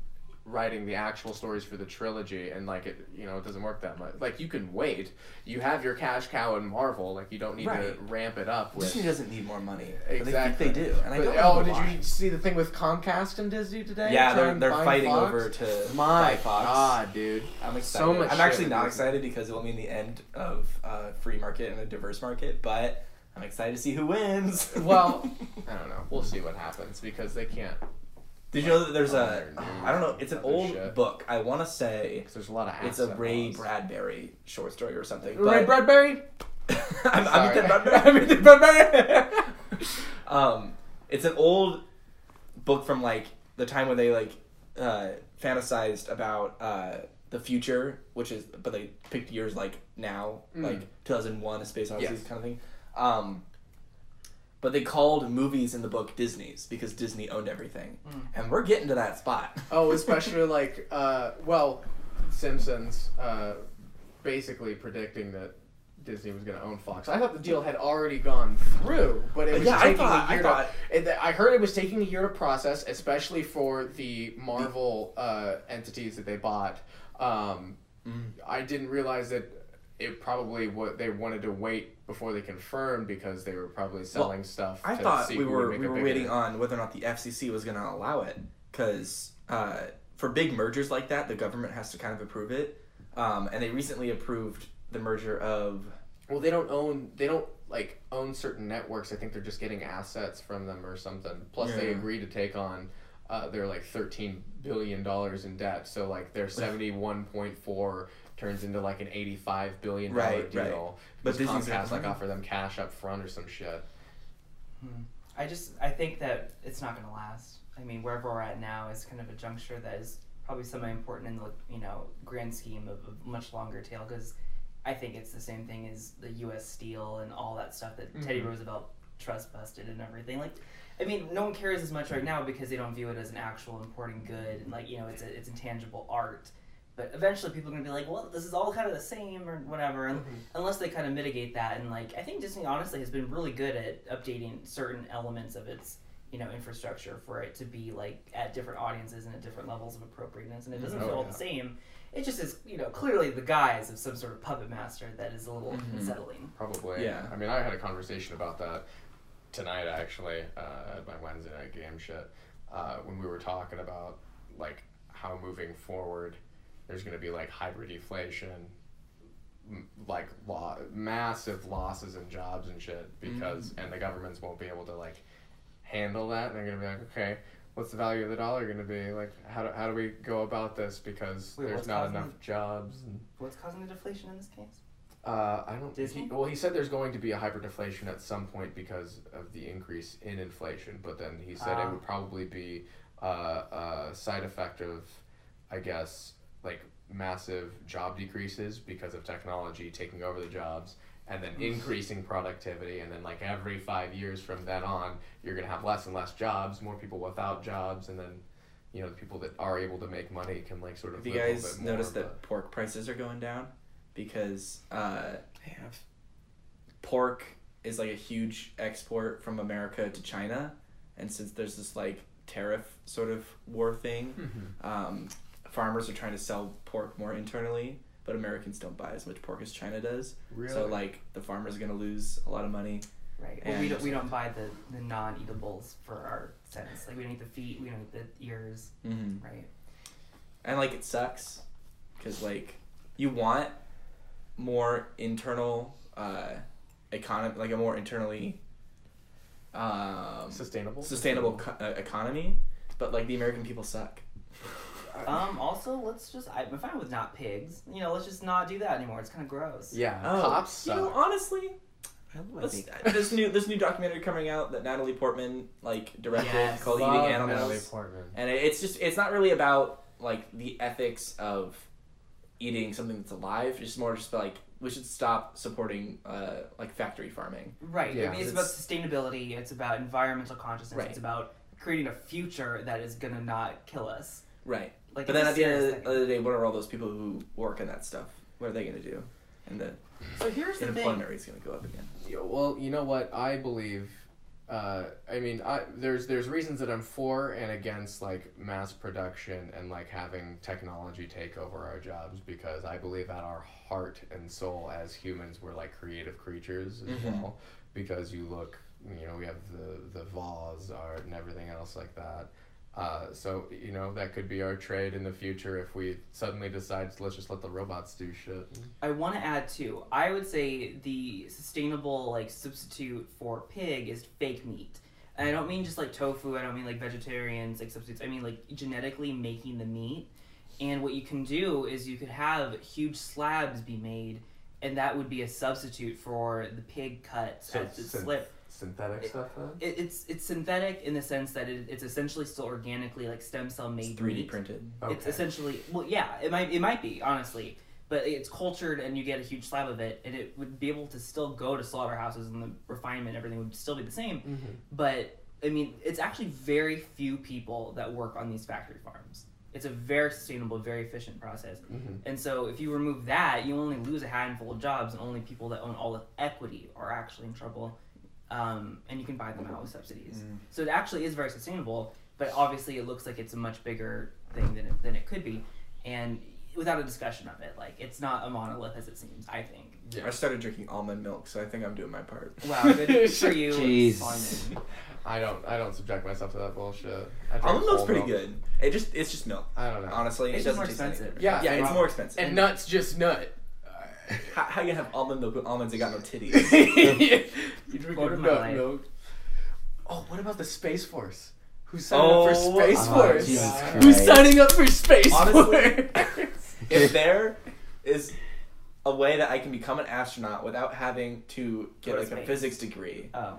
S6: writing the actual stories for the trilogy and like it you know it doesn't work that much like you can wait you have your cash cow in marvel like you don't need to
S1: Right.
S6: ramp it up with
S1: Disney doesn't need more money. But they think
S6: Exactly.
S1: they do, and I
S6: But-
S1: don't.
S6: oh
S1: know
S6: did
S1: why.
S6: you see the thing with comcast and disney today
S1: Yeah,
S6: Trying
S1: they're
S6: to
S1: they're
S6: buy
S1: fighting
S6: Fox?
S1: over to
S6: my
S1: buy Fox.
S6: god dude
S1: I'm
S6: So
S1: excited.
S6: much
S1: I'm
S6: shit
S1: actually
S6: in
S1: not
S6: this.
S1: excited because it will mean the end of uh, free market and a diverse market, but I'm excited to see who wins.
S6: Well- i don't know we'll see what happens because they can't
S1: did you know that there's a
S6: Other news
S1: I don't know, it's an
S6: and Oh, other
S1: old
S6: shit.
S1: book. I want to say
S6: because there's a lot of
S1: it's a
S6: asset
S1: Ray
S6: laws.
S1: Bradbury short story or something. but-
S6: ray bradbury
S1: I'm, I'm
S6: Sorry.
S1: Ethan Bradbury. I'm Ethan Bradbury. um, it's an old book from like the time when they like uh, fantasized about uh, the future, which is but they picked years like now,
S6: Mm.
S1: like 2001, A Space Odyssey
S6: Yes.
S1: kind of thing. Um, but they called movies in the book Disney's because Disney owned everything, and we're getting to that spot.
S6: Mm. Oh, especially like, uh, well, Simpsons uh, basically predicting that Disney was going to own Fox. I thought the deal had already gone through, but it was
S1: Uh, Yeah, I
S6: taking
S1: thought-
S6: a
S1: I
S6: year
S1: thought-
S6: to. It, I heard it was taking a year to process, especially for the Marvel uh, entities that they bought. Um,
S1: Mm.
S6: I didn't realize that it probably what they wanted to wait before they confirmed because they were probably selling stuff.
S1: I
S6: to
S1: thought
S6: see
S1: we
S6: who would
S1: were
S6: make
S1: we
S6: a
S1: were
S6: bigger-
S1: waiting on whether or not the FCC was going to allow it because uh, for big mergers like that, the government has to kind of approve it, um, and they recently approved the merger of
S6: Well, they don't own. They don't like own certain networks. I think they're just getting assets from them or something. Plus, they
S1: Yeah.
S6: agree to take on. Uh, they're like thirteen billion dollars in debt. So like their seventy one point four turns into like an eighty five billion dollar
S1: Right,
S6: deal.
S1: right. But
S6: Because
S1: Disney's
S6: Comcast
S1: not-
S6: like offer them cash up front or some shit.
S2: I just I think that it's not going to last. I mean, wherever we're at now is kind of a juncture that is probably semi-important in the you know grand scheme of a much longer tail because I think it's the same thing as the U.S. Steel and all that stuff that Teddy
S6: Mm-hmm.
S2: Roosevelt trust busted and everything. Like, I mean, no one cares as much right now because they don't view it as an actual importing good and like you know it's a, it's intangible art. But eventually, people are gonna be like, "Well, this is all kind of the same, or whatever."
S6: Mm-hmm.
S2: And unless they kind of mitigate that and like i think disney honestly has been really good at updating certain elements of its you know infrastructure for it to be like at different audiences and at different levels of appropriateness and it doesn't
S6: Mhm.
S2: feel
S6: Oh,
S2: all
S6: yeah.
S2: the same it just is you know clearly the guise of some sort of puppet master that is a little unsettling
S6: Probably.
S1: Yeah.
S6: I mean, I had a conversation about that tonight actually uh, at my Wednesday night game shit uh, when we were talking about like how moving forward there's going to be like hybrid deflation, m- like lo- massive losses in jobs and shit because
S2: Mm-hmm.
S6: and the governments won't be able to like handle that and they're going to be like okay. What's the value of the dollar going to be? Like, how do, how do we go about this? Because
S2: Wait,
S6: there's
S2: what's
S6: not
S2: causing
S6: enough jobs. And
S2: what's causing the deflation in this case
S6: uh, I don't.
S2: Disney?
S6: He, well, he said there's going to be a hyperdeflation at some point because of the increase in inflation, but then he said it
S2: Ah.
S6: would probably be uh, a side effect of, I guess, like massive job decreases because of technology taking over the jobs and then increasing productivity and then like every five years from then on you're going to have less and less jobs more people without jobs and then you know the people that are able to make money can like sort of
S1: Have you
S6: live a little
S1: guys
S6: bit more,
S1: noticed
S6: but-
S1: that pork prices are going down? Because uh,
S3: I have.
S1: pork is like a huge export from America to China, and since there's this like tariff sort of war thing,
S2: Mm-hmm.
S1: um, farmers are trying to sell pork more internally, but Americans don't buy as much pork as China does. So like the farmers are gonna lose a lot of money.
S2: Right. Well, we
S1: And-
S2: don't we don't buy the, the non eatables for our sense. Like we don't eat the feet, we don't eat the ears,
S1: Mm-hmm.
S2: right?
S1: And like it sucks, because like you want more internal uh, economy, like a more internally um,
S6: sustainable
S1: sustainable co- uh, economy, but like the American people suck.
S2: Um. Also, let's just I, I'm fine with not pigs. You know, let's just not do that anymore. It's kind of gross.
S6: yeah
S1: Oh,
S6: cops
S1: you
S6: suck.
S1: know, honestly,
S3: I love
S1: let's, this new this new documentary coming out that Natalie Portman like directed
S2: Yes.
S1: called
S6: Love
S1: Eating
S6: Natalie
S1: Animals,
S6: Portman.
S1: and it- it's just it's not really about like the ethics of eating something that's alive. It's more just about, like we should stop supporting uh, like factory farming.
S2: Right.
S6: Yeah.
S2: I mean, it's, about sustainability. It's about environmental consciousness.
S1: Right.
S2: It's about creating a future that is gonna not kill us.
S1: Right.
S2: Like,
S1: But then
S2: it's a
S1: at the end of
S2: serious
S1: the,
S2: thing.
S1: of the day, what are all those people who work in that stuff? What are they going to do? And the
S4: So here's the thing.
S1: unemployment rate's going to go up again.
S6: Yeah, well, you know what? I believe. Uh, I mean, I, there's there's reasons that I'm for and against like mass production and like having technology take over our jobs because I believe at our heart and soul as humans we're like creative creatures as
S1: Mhm.
S6: well. Because you look, you know, we have the the vase art and everything else like that. Uh, so you know that could be our trade in the future if we suddenly decide let's just let the robots do shit.
S2: I want to add too. I would say the sustainable like substitute for pig is fake meat. And I don't mean just like tofu. I don't mean like vegetarians like substitutes. I mean like genetically making the meat. And what you can do is you could have huge slabs be made, and that would be a substitute for the pig cuts
S6: So
S2: at the
S6: it's syn-
S2: slip.
S6: synthetic
S2: It-
S6: stuff then.
S2: It, it's it's synthetic in the sense that it, it's essentially still organically like stem cell
S1: It's
S2: made
S1: 3D
S2: meat.
S1: printed.
S2: It's essentially well, yeah. It might it might be honestly, but it's cultured and you get a huge slab of it, and it would be able to still go to slaughterhouses and the refinement, everything would still be the same. But I mean, it's actually very few people that work on these factory farms. It's a very sustainable, very efficient process.
S6: Mhm.
S2: And so, if you remove that, you only lose a handful of jobs, and only people that own all the equity are actually in trouble. Um, and you can buy them out with subsidies.
S1: Mm.
S2: So it actually is very sustainable, but obviously it looks like it's a much bigger thing than it, than it could be. And without a discussion of it, like it's not a monolith as it seems. I think.
S1: I started drinking almond milk, so I think I'm doing my part.
S2: Wow, good for you.
S3: Jeez.
S2: Simon.
S6: I don't. I don't subject myself to that bullshit. I drink
S1: Almond milk's
S6: whole
S1: pretty
S6: milk.
S1: good. It just it's just milk.
S6: I don't know.
S1: Honestly,
S2: It's
S1: it
S2: just
S1: doesn't
S2: more
S1: taste
S2: expensive.
S1: anything.
S6: Yeah,
S1: yeah,
S6: and-
S1: it's more expensive.
S6: and nuts just nut.
S1: how, how you gonna have almond milk with almonds that got no titties?
S6: you drink
S2: Quote of
S6: nut
S2: my life.
S6: milk. Oh, what about the space force? Who's signing up
S1: Oh,
S6: for space
S1: oh,
S6: force?
S3: Jesus
S6: Who's
S3: Christ.
S6: signing up for space
S1: Honestly-
S6: force?
S1: if there is a way that I can become an astronaut without having to get
S2: Go to
S1: like a
S2: space.
S1: physics degree,
S2: Oh,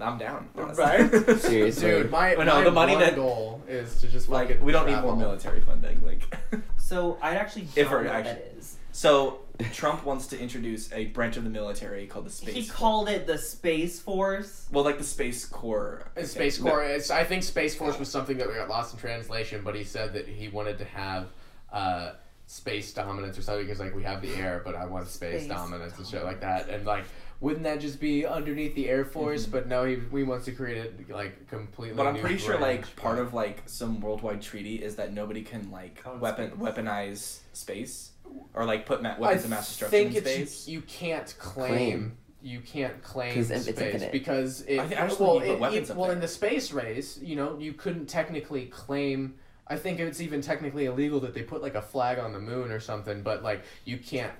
S1: I'm down. honestly.
S6: Right?
S3: Seriously.
S6: Dude, my,
S1: Well, no,
S6: my
S1: the money
S6: one
S1: that-
S6: goal is to just
S1: like
S6: fucking
S1: we don't need more
S6: travel.
S1: military funding. Like,
S2: so I actually don't
S1: If
S2: know
S1: we're
S2: what
S1: actu-
S2: that is.
S1: so Trump wants to introduce a branch of the military called the space.
S2: He called it the space force.
S1: well, like the space corps.
S6: And Space Corps. It's, I think Space Force was something that we got lost in translation, but he said that he wanted to have uh, space dominance or something because like we have the air, but I want space,
S2: Space
S6: dominance Mm-hmm. and shit like that. And like, wouldn't that just be underneath the Air Force? But no, he, he wants to create it like completely.
S1: But I'm
S6: new
S1: pretty sure
S6: branch,
S1: like part
S6: but-
S1: of like some worldwide treaty is that nobody can like
S2: Own
S1: weapon
S2: space.
S1: weaponize space or like put ma-
S6: I
S1: weapons of mass destruction
S6: think
S1: in
S6: it's-
S1: space.
S6: You, you can't claim.
S3: Claim.
S6: You can't claim
S3: 'Cause it's
S6: space
S3: infinite.
S6: because it,
S1: I think- I just
S6: well,
S1: think you put
S6: it-
S1: weapons
S6: it-
S1: up
S6: well,
S1: there.
S6: in the space race, you know, you couldn't technically claim. I think it's even technically illegal that they put like a flag on the moon or something, but like you can't.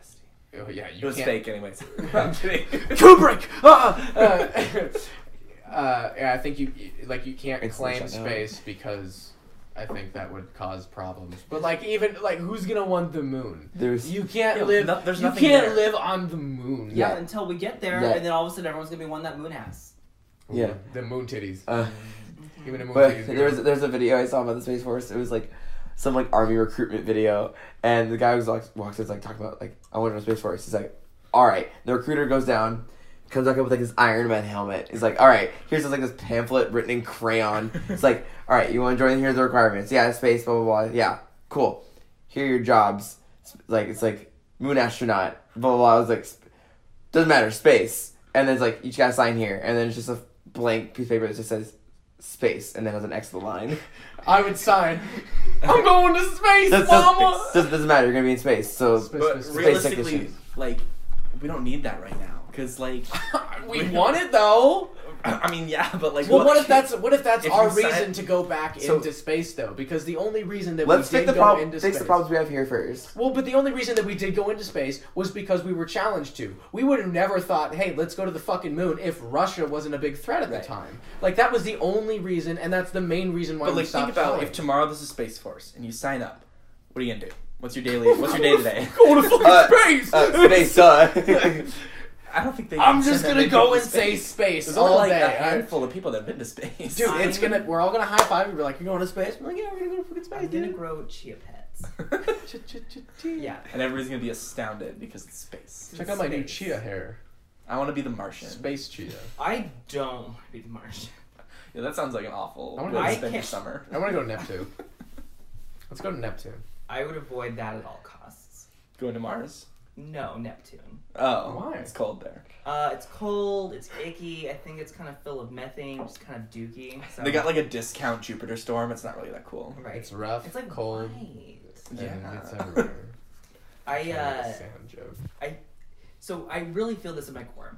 S6: Oh, yeah,
S1: It
S6: you
S1: was
S6: can't.
S1: fake, anyways. I'm kidding.
S6: Kubrick. Ah! Uh, uh, yeah, I think you like you can't
S3: It's
S6: claim
S3: shut down.
S6: space because I think that would cause problems. But like even like who's gonna want the moon?
S3: There's
S6: You can't
S1: Yeah,
S6: live.
S1: no- there's
S6: you
S1: nothing
S6: can't
S1: there.
S6: live on the moon.
S3: Yeah.
S2: Yeah, until we get there,
S3: Yeah.
S2: and then all of a sudden everyone's gonna be one that moon ass.
S3: Yeah.
S6: The moon titties.
S3: uh,
S6: Give me the moon
S3: but
S6: titties.
S3: there was there's a video I saw about the space force. It was like some like army recruitment video, and the guy who walks walks in is like talking about like I want to space force. He's like, all right. The recruiter goes down, comes back up with like this Iron Man helmet. He's like, all right, here's this, like this pamphlet written in crayon. It's like, all right, you want to join? Here's the requirements. Yeah, space, blah blah blah. Yeah, cool. Here are your jobs. It's like it's like moon astronaut, blah blah. blah. I was like, sp- doesn't matter, space. And then it's like you just gotta sign here, and then it's just a blank piece of paper that just says space, and then has an X to the line.
S6: I would sign. I'm going to space,
S3: That's- that's-
S6: mama.
S3: doesn't, doesn't matter. You're gonna be in space, so
S6: Space.
S1: But
S6: Space
S1: realistically,
S3: technicians.
S1: like, we don't need that right now. Because, like,
S6: we want it though.
S1: I mean, yeah, but, like,
S6: Well, what if that's what if that's
S1: If
S6: our
S1: you sign-
S6: reason to go back
S3: So-
S6: into space though? Because the only reason that
S3: let's
S6: we
S3: fix
S6: did
S3: the
S6: go
S3: problem.
S6: into
S3: Fix
S6: space.
S3: the problems we have here first.
S6: Well, but the only reason that we did go into space was because we were challenged to. We would have never thought, hey, let's go to the fucking moon if Russia wasn't a big threat at
S3: Right.
S6: the time. Like, that was the only reason, and that's the main reason why
S1: But,
S6: we
S1: like, think
S6: stopped
S1: about
S6: going.
S1: if tomorrow this is Space Force and you sign up, what are you going to do? What's your daily, what's your day today?
S6: Go to fucking
S3: Uh,
S6: space!
S3: Uh, space, duh.
S1: I don't think they.
S6: I'm
S1: send
S6: just
S1: that
S6: gonna
S1: many
S6: go
S1: people to
S6: and say space
S1: There's only
S6: all
S1: like
S6: day.
S1: a
S6: I-
S1: handful of people that have been to space.
S6: Dude, it's
S2: I'm-
S6: gonna. We're all gonna high five and be like, "You're going to space." We're like, "Yeah, we're gonna go to fucking space,
S2: I'm gonna
S6: dude."
S2: grow chia pets.
S6: Ch-ch-ch-tea.
S2: Yeah.
S1: and everybody's gonna be astounded because it's space.
S6: Check out my new
S2: Space.
S6: chia hair.
S1: I want to be the Martian.
S6: Space chia.
S2: I don't want to be the Martian.
S1: Yeah, that sounds like an awful
S6: I wanna
S1: way
S2: go-
S1: to
S2: I
S1: spend your
S2: can't-
S1: summer.
S6: I want to go to Neptune. Let's go to Neptune.
S2: I would avoid that at all costs.
S1: Going to Mars.
S2: No, Neptune.
S1: Oh,
S6: Why?
S1: It's cold there.
S2: Uh, it's cold. It's icky. I think it's kind of full of methane, which is kind of dookie. So.
S1: They got like a discount Jupiter storm. It's not really that cool.
S2: right.
S6: It's rough.
S2: It's like
S6: cold.
S2: white.
S6: and
S1: Yeah.
S6: It's everywhere.
S2: I
S6: Kinda
S2: uh,
S6: like a Sam joke.
S2: so I really feel this in my core.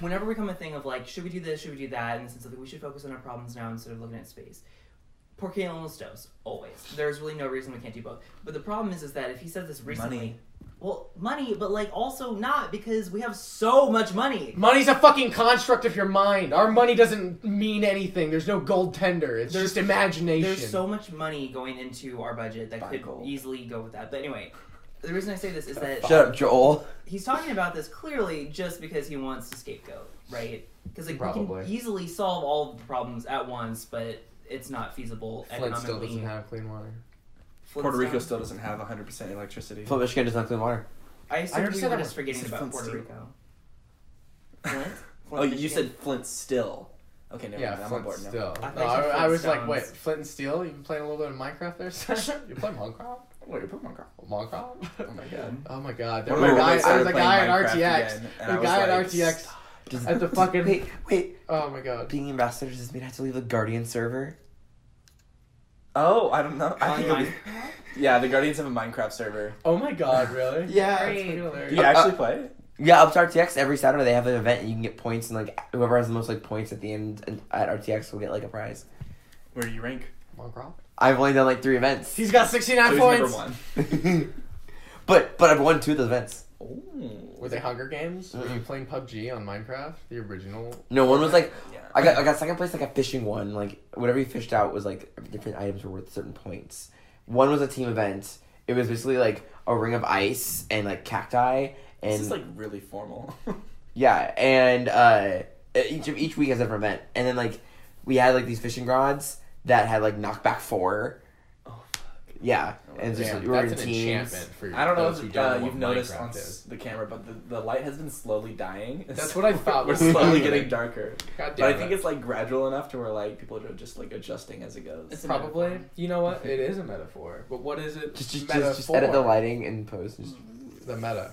S2: Whenever we come a thing of like, should we do this? Should we do that? In the sense of like, we should focus on our problems now instead of looking at space. Porque en los dos, always. There's really no reason we can't do both. But the problem is, is that if he says this recently,
S1: Money.
S2: well, money, but like also not because we have so much money.
S6: Money's a fucking construct of your mind. Our money doesn't mean anything. There's no goaltender. It's
S2: There's-
S6: just imagination.
S2: There's so much money going into our budget that
S1: Buy
S2: could
S1: gold.
S2: easily go with that. But anyway, the reason I say this is that
S3: Shut up, Joel.
S2: he's talking about this clearly just because he wants to scapegoat, right? Because like we
S6: Probably.
S2: can easily solve all of the problems at once, but it's not feasible
S6: Flint still
S2: economically.
S6: doesn't have clean water.
S1: Puerto Rico
S2: Flintstone?
S1: still doesn't have 100% electricity.
S3: Flint, Michigan does not clean water.
S2: I assume
S6: already
S2: we
S6: said
S2: were
S6: that
S2: just
S6: one.
S2: forgetting
S1: Said
S2: about Puerto
S1: Flintstone.
S2: Rico. Flint?
S1: oh,
S2: Flint,
S1: you
S2: Michigan?
S1: said Flint still. Okay, never
S6: yeah,
S1: mind. I'm on
S6: Flint
S1: board now.
S6: still.
S2: I thought
S6: No,
S2: you
S6: I,
S2: said
S6: I was like,
S2: Flintstones.
S6: wait, Flint and Steel? You've been playing a little bit of Minecraft there? Sam? you playing Minecraft?
S1: Wait, your Pokemon card.
S6: Minecraft?
S1: Oh my god.
S6: Oh my god. There
S1: One
S6: was
S1: of my
S6: a guy,
S1: roommates
S6: there was
S1: started
S6: a guy
S1: playing
S6: at
S1: Minecraft
S6: RTX.
S1: again, and I
S6: The
S1: was
S6: guy at
S1: like,
S6: RTX.
S1: "Stop."
S6: At the fucking.
S3: Wait, wait.
S6: Oh my god.
S3: Being ambassadors does mean I have to leave the Guardian server?
S1: Oh, I don't know. I
S2: On
S1: think
S2: my-
S1: it'll be- yeah, the Guardians have a Minecraft server.
S6: Oh my god, really?
S3: Yeah.
S6: That's
S2: Great.
S6: fucking hilarious.
S1: Do you
S3: Uh,
S1: actually play it?
S3: Yeah, up to RTX every Saturday they have an event and you can get points and like whoever has the most like points at the end and at RTX will get like a prize.
S1: Where do you rank?
S6: Minecraft?
S3: I've only done like three events,
S6: He's got 69
S1: So he's
S6: points.
S1: number one.
S3: but but I've won two of those events.
S1: Oh.
S6: Were they Hunger Games? Were you
S3: Mm-mm.
S6: playing PUBG on Minecraft? The original?
S3: No, one was like
S1: Yeah.
S3: I got I got second place like a fishing one. Like whatever you fished out was like different items were worth certain points. One was a team event. It was basically like a ring of ice and like cacti and
S1: This is like really formal.
S3: yeah, and uh, each of each week has a different event. And then like we had like these fishing rods that had like knockback four.
S1: Oh,
S3: Yeah, and just
S6: Damn,
S3: we were in
S6: that's an
S3: teams.
S6: enchantment for
S1: I don't know
S6: those who
S1: if
S6: don't
S1: uh,
S6: know what
S1: you've noticed
S6: Minecraft
S1: on s-
S6: is.
S1: the camera, but the, the light has been slowly dying.
S6: That's what I thought
S1: We're
S6: was
S1: slowly
S6: happening.
S1: getting darker,
S6: God
S1: but
S6: damn
S1: I think
S6: it.
S1: it's like gradual enough to where like people are just like adjusting as it goes.
S2: It's a
S6: probably.
S2: metaphor.
S6: You know what? It is a metaphor. But what is it?
S3: Just just,
S6: metaphor.
S3: just, just edit the lighting and post. Just
S6: The meta.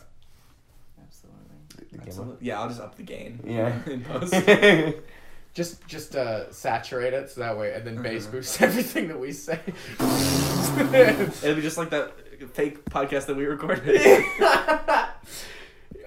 S2: Absolutely.
S3: the
S1: Absolutely. Yeah, I'll just up the gain.
S3: Yeah.
S1: in post.
S3: game
S6: Just just uh, saturate it so that way, and then bass
S1: Mhm.
S6: boosts everything that we say.
S1: It'll be just like that fake podcast that we recorded.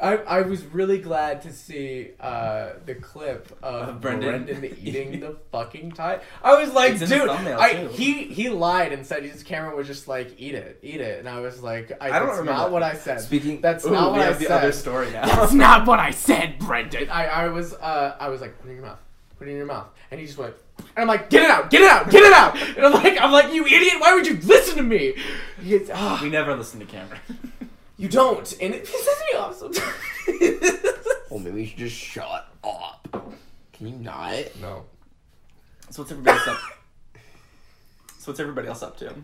S6: I, I was really glad to see uh, the clip of
S1: Uh, Brendan.
S6: Brendan. eating the fucking Thai. I was like,
S1: It's in the
S6: dude,
S1: thumbnail,
S6: I,
S1: too."
S6: he he lied and said his camera was just like, eat it, eat it, and I was like, I,
S1: I don't
S6: that's
S1: remember
S6: not
S1: that.
S6: what I said.
S3: Speaking-
S6: that's
S1: Ooh,
S6: not
S1: we
S6: what I
S1: have
S6: said.
S1: the other story now.
S6: That's not what I said, Brendan. I, I was uh, I was like, put it in your mouth, put it in your mouth, and he just went, and I'm like, get it out, get it out, get it out, and I'm like, I'm like, you idiot, why would you listen to me? He gets, ah.
S1: we never listen to camera.
S6: You don't, and it pisses me off sometimes.
S3: Oh, maybe we should just shut up. Can you not?
S6: no.
S1: So what's everybody else up? So what's everybody else up to?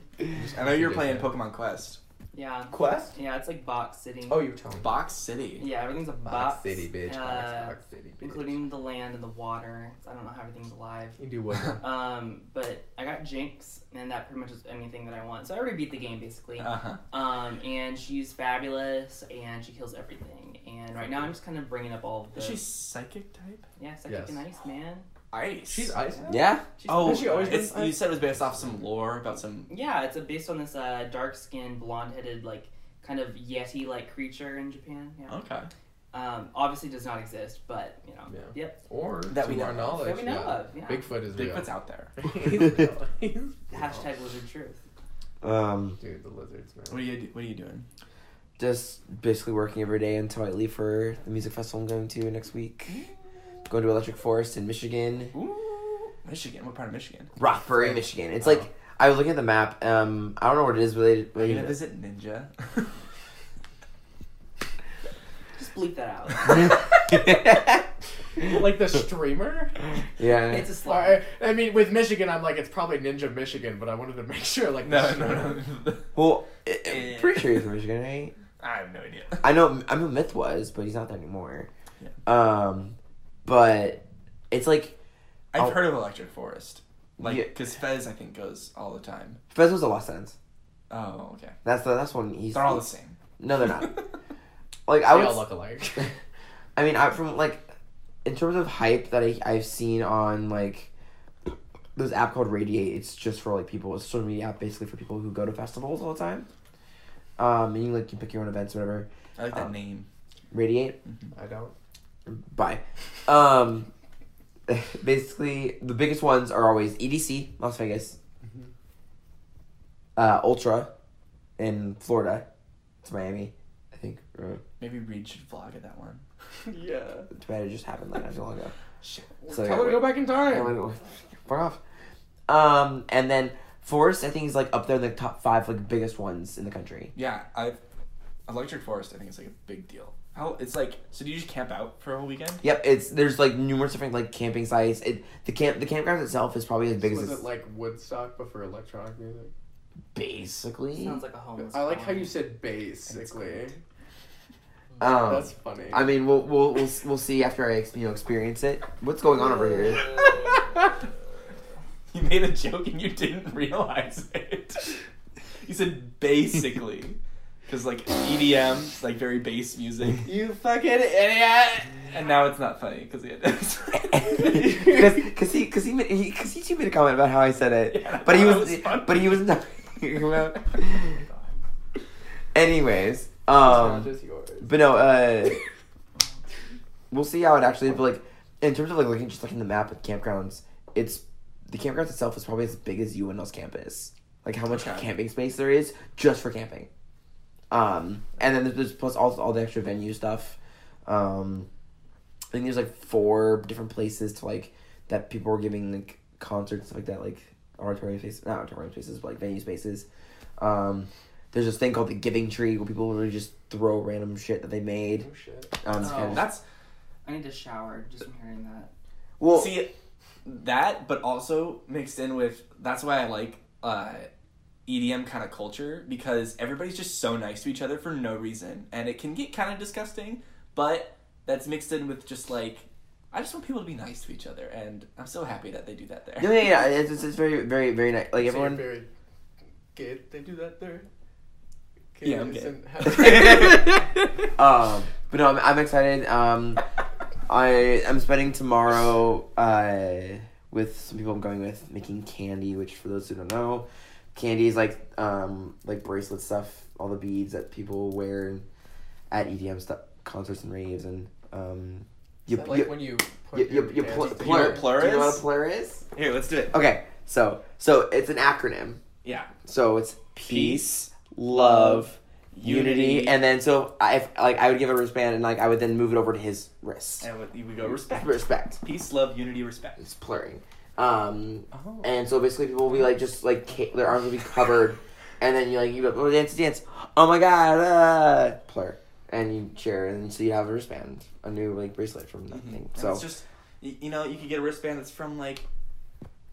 S1: I know you're playing Pokemon Quest.
S2: Yeah.
S1: Quest?
S2: Yeah, it's like box city.
S6: Oh, you were telling. me.
S1: Box City.
S2: Yeah, everything's a box.
S3: Box City, bitch.
S2: uh,
S3: box, box City, bitch.
S2: Including the land and the water. I don't know how everything's alive.
S6: You do what?
S2: Um, but I got Jinx, and that pretty much is anything that I want. So I already beat the game basically.
S1: Uh huh.
S2: Um, and she's fabulous, and she kills everything. And right now I'm just kind of bringing up all of the
S1: Is she psychic type?
S2: yeah, psychic
S6: Yes.
S2: and ice man.
S1: Ice.
S6: She's ice. now?
S3: Yeah.
S6: She's,
S1: Oh,
S6: has she always
S1: it's,
S6: been
S1: you
S6: ice?
S1: said it was based off some lore about some.
S2: Yeah, it's a, based on this uh, dark-skinned, blonde-headed, like kind of yeti-like creature in Japan. Yeah.
S1: Okay.
S2: Um, obviously does not exist, but you know.
S6: Yeah.
S2: Yep.
S6: Or
S1: That we
S6: to
S1: know
S6: our
S1: of.
S6: knowledge,
S2: That we know
S6: yeah.
S2: of. Yeah.
S6: Bigfoot is real.
S1: Bigfoot's out there.
S6: He's real. He's-
S2: Hashtag lizard truth.
S3: Um,
S6: Dude, the lizards, man.
S1: What are you do- What are you doing?
S3: just basically working every day until I leave for the music festival I'm going to next week. Going to Electric Forest in Michigan,
S1: Ooh, Michigan. What part of Michigan?
S3: Rockford, Michigan. It's like I was looking at the map. Um, I don't know what it is related.
S1: Oh. Are you gonna
S3: related-
S1: visit Ninja?
S2: Just bleep that out.
S6: like the streamer?
S3: yeah.
S2: it's a slur.
S6: I, I mean, with Michigan, I'm like, it's probably Ninja Michigan, but I wanted to make sure, like,
S1: no,
S6: the
S1: no,
S6: streamer-
S1: no.
S3: Well, i I'm pretty sure he's from Michigan, right?
S1: I have no idea.
S3: I know I know Myth was, but he's not there anymore.
S1: Yeah.
S3: Um, but it's like
S1: I've
S3: I'll-
S1: heard of Electric Forest,
S3: Yeah.
S1: like because Fez I think goes all the time.
S3: Fez was the Lost Sons.
S1: Oh, okay.
S3: That's the that's one he's.
S1: They're all the same.
S3: No, they're not. Like I
S6: They
S3: would.
S6: all look alike.
S3: I mean, I from like, in terms of hype that I I've seen on like, this app called Radiate. It's just for like people. It's a social media app basically for people who go to festivals all the time. Um, and you like you pick your own events, whatever.
S1: I like that
S3: Um,
S1: name.
S3: Radiate.
S6: I don't.
S3: Bye. Um, basically, the biggest ones are always EDC, Las Vegas,
S6: Mm-hmm.
S3: uh, Ultra, in Florida. It's Miami, I think. Or,
S1: Maybe Reed should vlog at that one.
S6: Yeah.
S3: too bad it just happened like not too long ago.
S1: Shit.
S3: So,
S6: Tell her to go back in
S3: Yeah,
S6: time.
S3: like, oh, fuck off. Um, and then Forest, I think, is like up there in the top five like biggest ones in the country.
S1: Yeah, I've Electric Forest. I think it's like a big deal. How it's like? So do you just camp out for a whole weekend?
S3: Yep, it's there's like numerous different like camping sites. It the camp the campground itself is probably as big
S6: was
S3: as
S6: it
S3: it's
S6: like Woodstock, but for electronic music?
S3: basically.
S2: Sounds like a homeless.
S6: I like how
S2: colony.
S6: you said basically.
S1: great.
S3: um,
S6: That's funny.
S3: I mean, we'll we'll we'll, s- we'll see after I ex- you know experience it. What's going on over here?
S1: You made a joke and you didn't realize it. You said basically, because like EDM, like very bass music,
S6: you fucking idiot!
S1: and now it's not funny because it is.
S3: Because cause he because he made he, cause he too made a comment about how I said it,
S1: Yeah,
S3: but he
S1: that
S3: was,
S1: was funny.
S3: but he was not. about-
S1: God.
S3: Anyways,
S6: it's not
S3: um,
S6: just yours.
S3: but no, uh, we'll see how it actually. But like, in terms of like looking just looking at the map at campgrounds, it's the campground itself is probably as big as UNL's campus. Like how much
S1: Okay.
S3: camping space there is just for camping. Um, and then there's plus all all the extra venue stuff. Um, I think there's like four different places to like that people were giving like concerts stuff like that, like auditorium spaces, not auditorium spaces, but like venue spaces. Um, there's this thing called the Giving Tree where people literally just throw random shit that they made.
S6: Oh shit.
S3: Um,
S2: Oh.
S3: and-
S1: That's
S2: I need to shower just from hearing that.
S3: well,
S1: see that, but also mixed in with that's why I like uh, EDM kind of culture because everybody's just so nice to each other for no reason, and it can get kind of disgusting. But that's mixed in with just like I just want people to be nice to each other, and I'm so happy that they do that there.
S3: no, yeah, yeah, it's, it's, it's very, very, very nice. Like
S6: So
S3: everyone,
S6: you're very gay. They do that there.
S1: Yeah, I'm gay.
S3: um, but no, I'm, I'm excited. Um, I I'm spending tomorrow uh, with some people I'm going with making candy, which for those who don't know, candy is like um, like bracelet stuff, all the beads that people wear and at EDM stuff concerts and raves and um,
S6: Is
S3: you,
S6: that
S3: you,
S6: like when you put
S3: you- you-
S6: your
S3: you
S6: hands
S3: pl-
S6: together?
S1: you know what
S3: plur.
S1: plur
S3: Do you know what
S1: is?
S3: a plur is?
S1: Here, let's do it.
S3: Okay, so so it's an acronym.
S1: Yeah.
S3: So it's peace, love, unity, and then so I if, like I would give a wristband and like I would then move it over to his wrist.
S1: and we- we go respect.
S3: Respect.
S1: Peace, love, unity, respect.
S3: It's blurring. Um,
S1: Oh.
S3: and so basically people will be like just like ca- their arms will be covered, and then you like you go oh, dance dance oh my god uh, plur and you cheer and so you have a wristband
S1: Mm-hmm.
S3: a new like bracelet from that thing.
S1: So
S3: Mm-hmm. So
S1: it's just y- you know you could get a wristband that's from like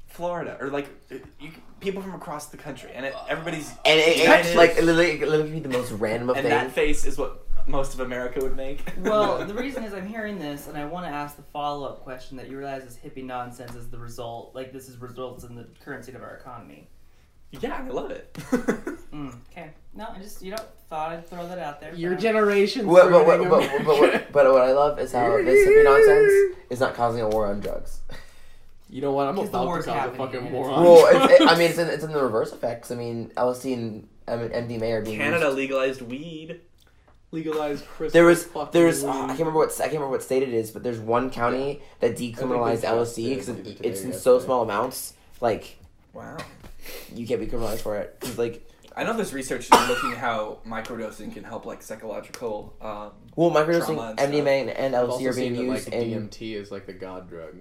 S1: Florida or like you, c- people from across the country, and it, everybody's
S3: And it,
S1: That
S3: it's like
S1: is-
S3: literally, it literally the most random of
S1: and that
S3: things.
S1: face is what most of America would make.
S2: Well, the reason is I'm hearing this, and I want to ask the follow up question that you realize is hippie nonsense is the result. Like this is results in the current state of our economy.
S1: yeah, I love it.
S2: Mm, okay. No, I just you know thought I'd throw that out there.
S6: Your
S2: But-
S6: generation.
S3: What, but, what, but, but, what, but what I love is how this hippie nonsense is not causing a war on drugs.
S6: you know what? I'm
S2: Because the
S6: about
S2: war's
S6: to cause a
S2: happening,
S6: fucking
S2: and
S6: war
S2: it's-
S6: on
S3: Well, it's, it, I
S6: drugs.
S3: mean, it's in, it's in the reverse effects. I mean, LSD and um, MDMA are being
S1: Canada
S3: used.
S1: legalized weed.
S6: legalized crystal.
S3: There was,
S6: fucking
S3: there's, oh,
S6: weed.
S3: I can't remember what I can't remember what state it is, but there's one county that decriminalized LSD because it, it's in so small amounts, like
S1: Wow.
S3: you can't be criminalized for it. 'Cause, like,
S1: I know there's research that's looking how microdosing can help like psychological. Um,
S3: well,
S1: Trauma
S3: microdosing,
S1: and stuff.
S3: MDMA, and, and
S6: I've
S3: LSD
S6: also
S3: are being
S6: seen that like
S3: used in.
S6: DMT is like the god drug.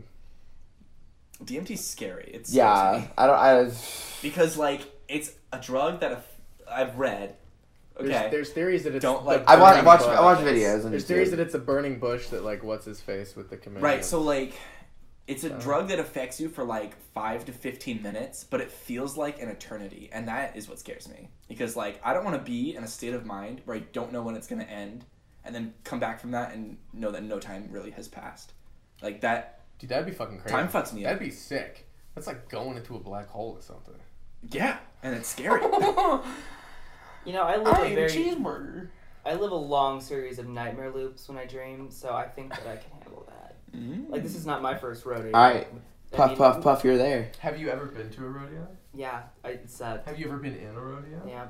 S1: DMT's scary. It's scares
S3: Yeah,
S1: me.
S3: I don't. I,
S1: because like it's a drug that i I've read. Okay.
S6: There's, there's thereries that it's
S1: Don't
S6: the
S1: like-
S3: I watch, I
S6: burning
S3: watch,
S6: bush.
S3: I watch videos. on
S6: There's
S3: YouTube.
S6: theories that it's a burning bush that like what's his face with the command.
S1: Right, so like it's a
S6: So-
S1: drug that affects you for like 5 to 15 minutes, but it feels like an eternity, and that is what scares me. Because like I don't want to be in a state of mind where I don't know when it's going to end and then come back from that and know that no time really has passed. Like that
S6: dude, that'd be fucking crazy.
S1: time fucks me up.
S6: That'd be sick. That's like going into a black hole or something.
S1: Yeah, and it's scary. Mm-hmm.
S2: You know, I live a very
S6: cheeseburger.
S2: I live a long series of nightmare loops when I dream, so I think that I can handle that.
S1: Mm.
S2: Like this is not my first rodeo.
S3: All right,
S2: I
S3: puff,
S2: mean,
S3: puff, puff. You're there.
S6: Have you ever been to a rodeo?
S2: Yeah, I, it's uh,
S6: Have you ever been in a rodeo?
S2: yeah.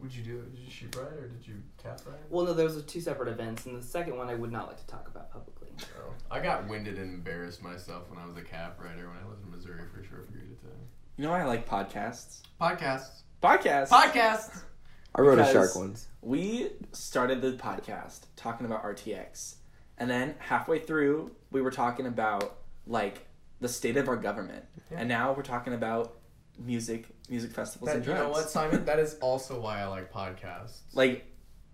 S6: Would you do it? Did you shoot ride or did you tap ride?
S2: Well, no, those are two separate events, and the second one I would not like to talk about publicly.
S6: Oh. I got winded and embarrassed myself when I was a cap rider when I lived in Missouri for sure for a period of
S1: You know why I like podcasts?
S6: time. Podcasts.
S1: Podcasts.
S6: Podcasts.
S3: I wrote a
S1: Because-
S3: shark once.
S1: we started the podcast talking about RTX, and then halfway through, we were talking about like the state of our government,
S6: Yeah.
S1: and now we're talking about music, music festivals, and
S6: That, you
S1: drugs.
S6: know what, Simon? That is also why I like podcasts.
S1: Like,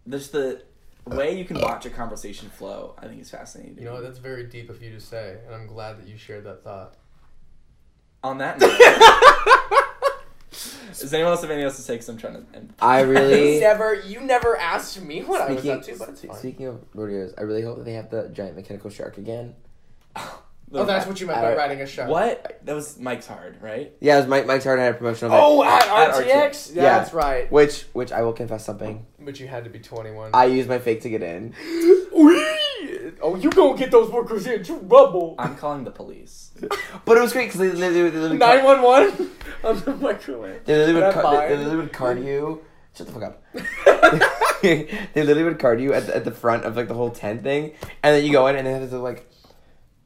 S1: there's the way you can watch a conversation flow. I think is fascinating.
S6: you know what? That's very deep of you to say, and I'm glad that you shared that thought.
S1: On that. note, Does anyone else have anything else to say? Because I'm trying to. end.
S3: I really.
S6: never, you never asked me what
S3: Speaking, speaking of rodeos, I really hope that they have the giant mechanical shark again.
S6: Oh, that's what you meant by
S3: Alright.
S6: riding a shark.
S1: What? That was Mike's hard, right?
S3: Yeah, it was Mike. Mike's hard had a promotional. event,
S6: Oh, at,
S1: At
S6: RTX?
S1: RTX.
S6: Yeah,
S3: Yeah.
S6: that's right.
S3: which which I will confess something.
S6: But you had to be 21.
S3: I used my fake to get in.
S6: oh, you gonna get those workers in? You rubble.
S1: I'm calling the police.
S3: But it was great because they, they, they, they, literally ca-
S6: 911 on the microwave.
S3: they literally would
S6: That
S3: ca- they- they
S6: line.
S3: literally would card you. Shut the fuck up. they literally would card you at the, at the front of like the whole tent thing, and then you go in and they have to like.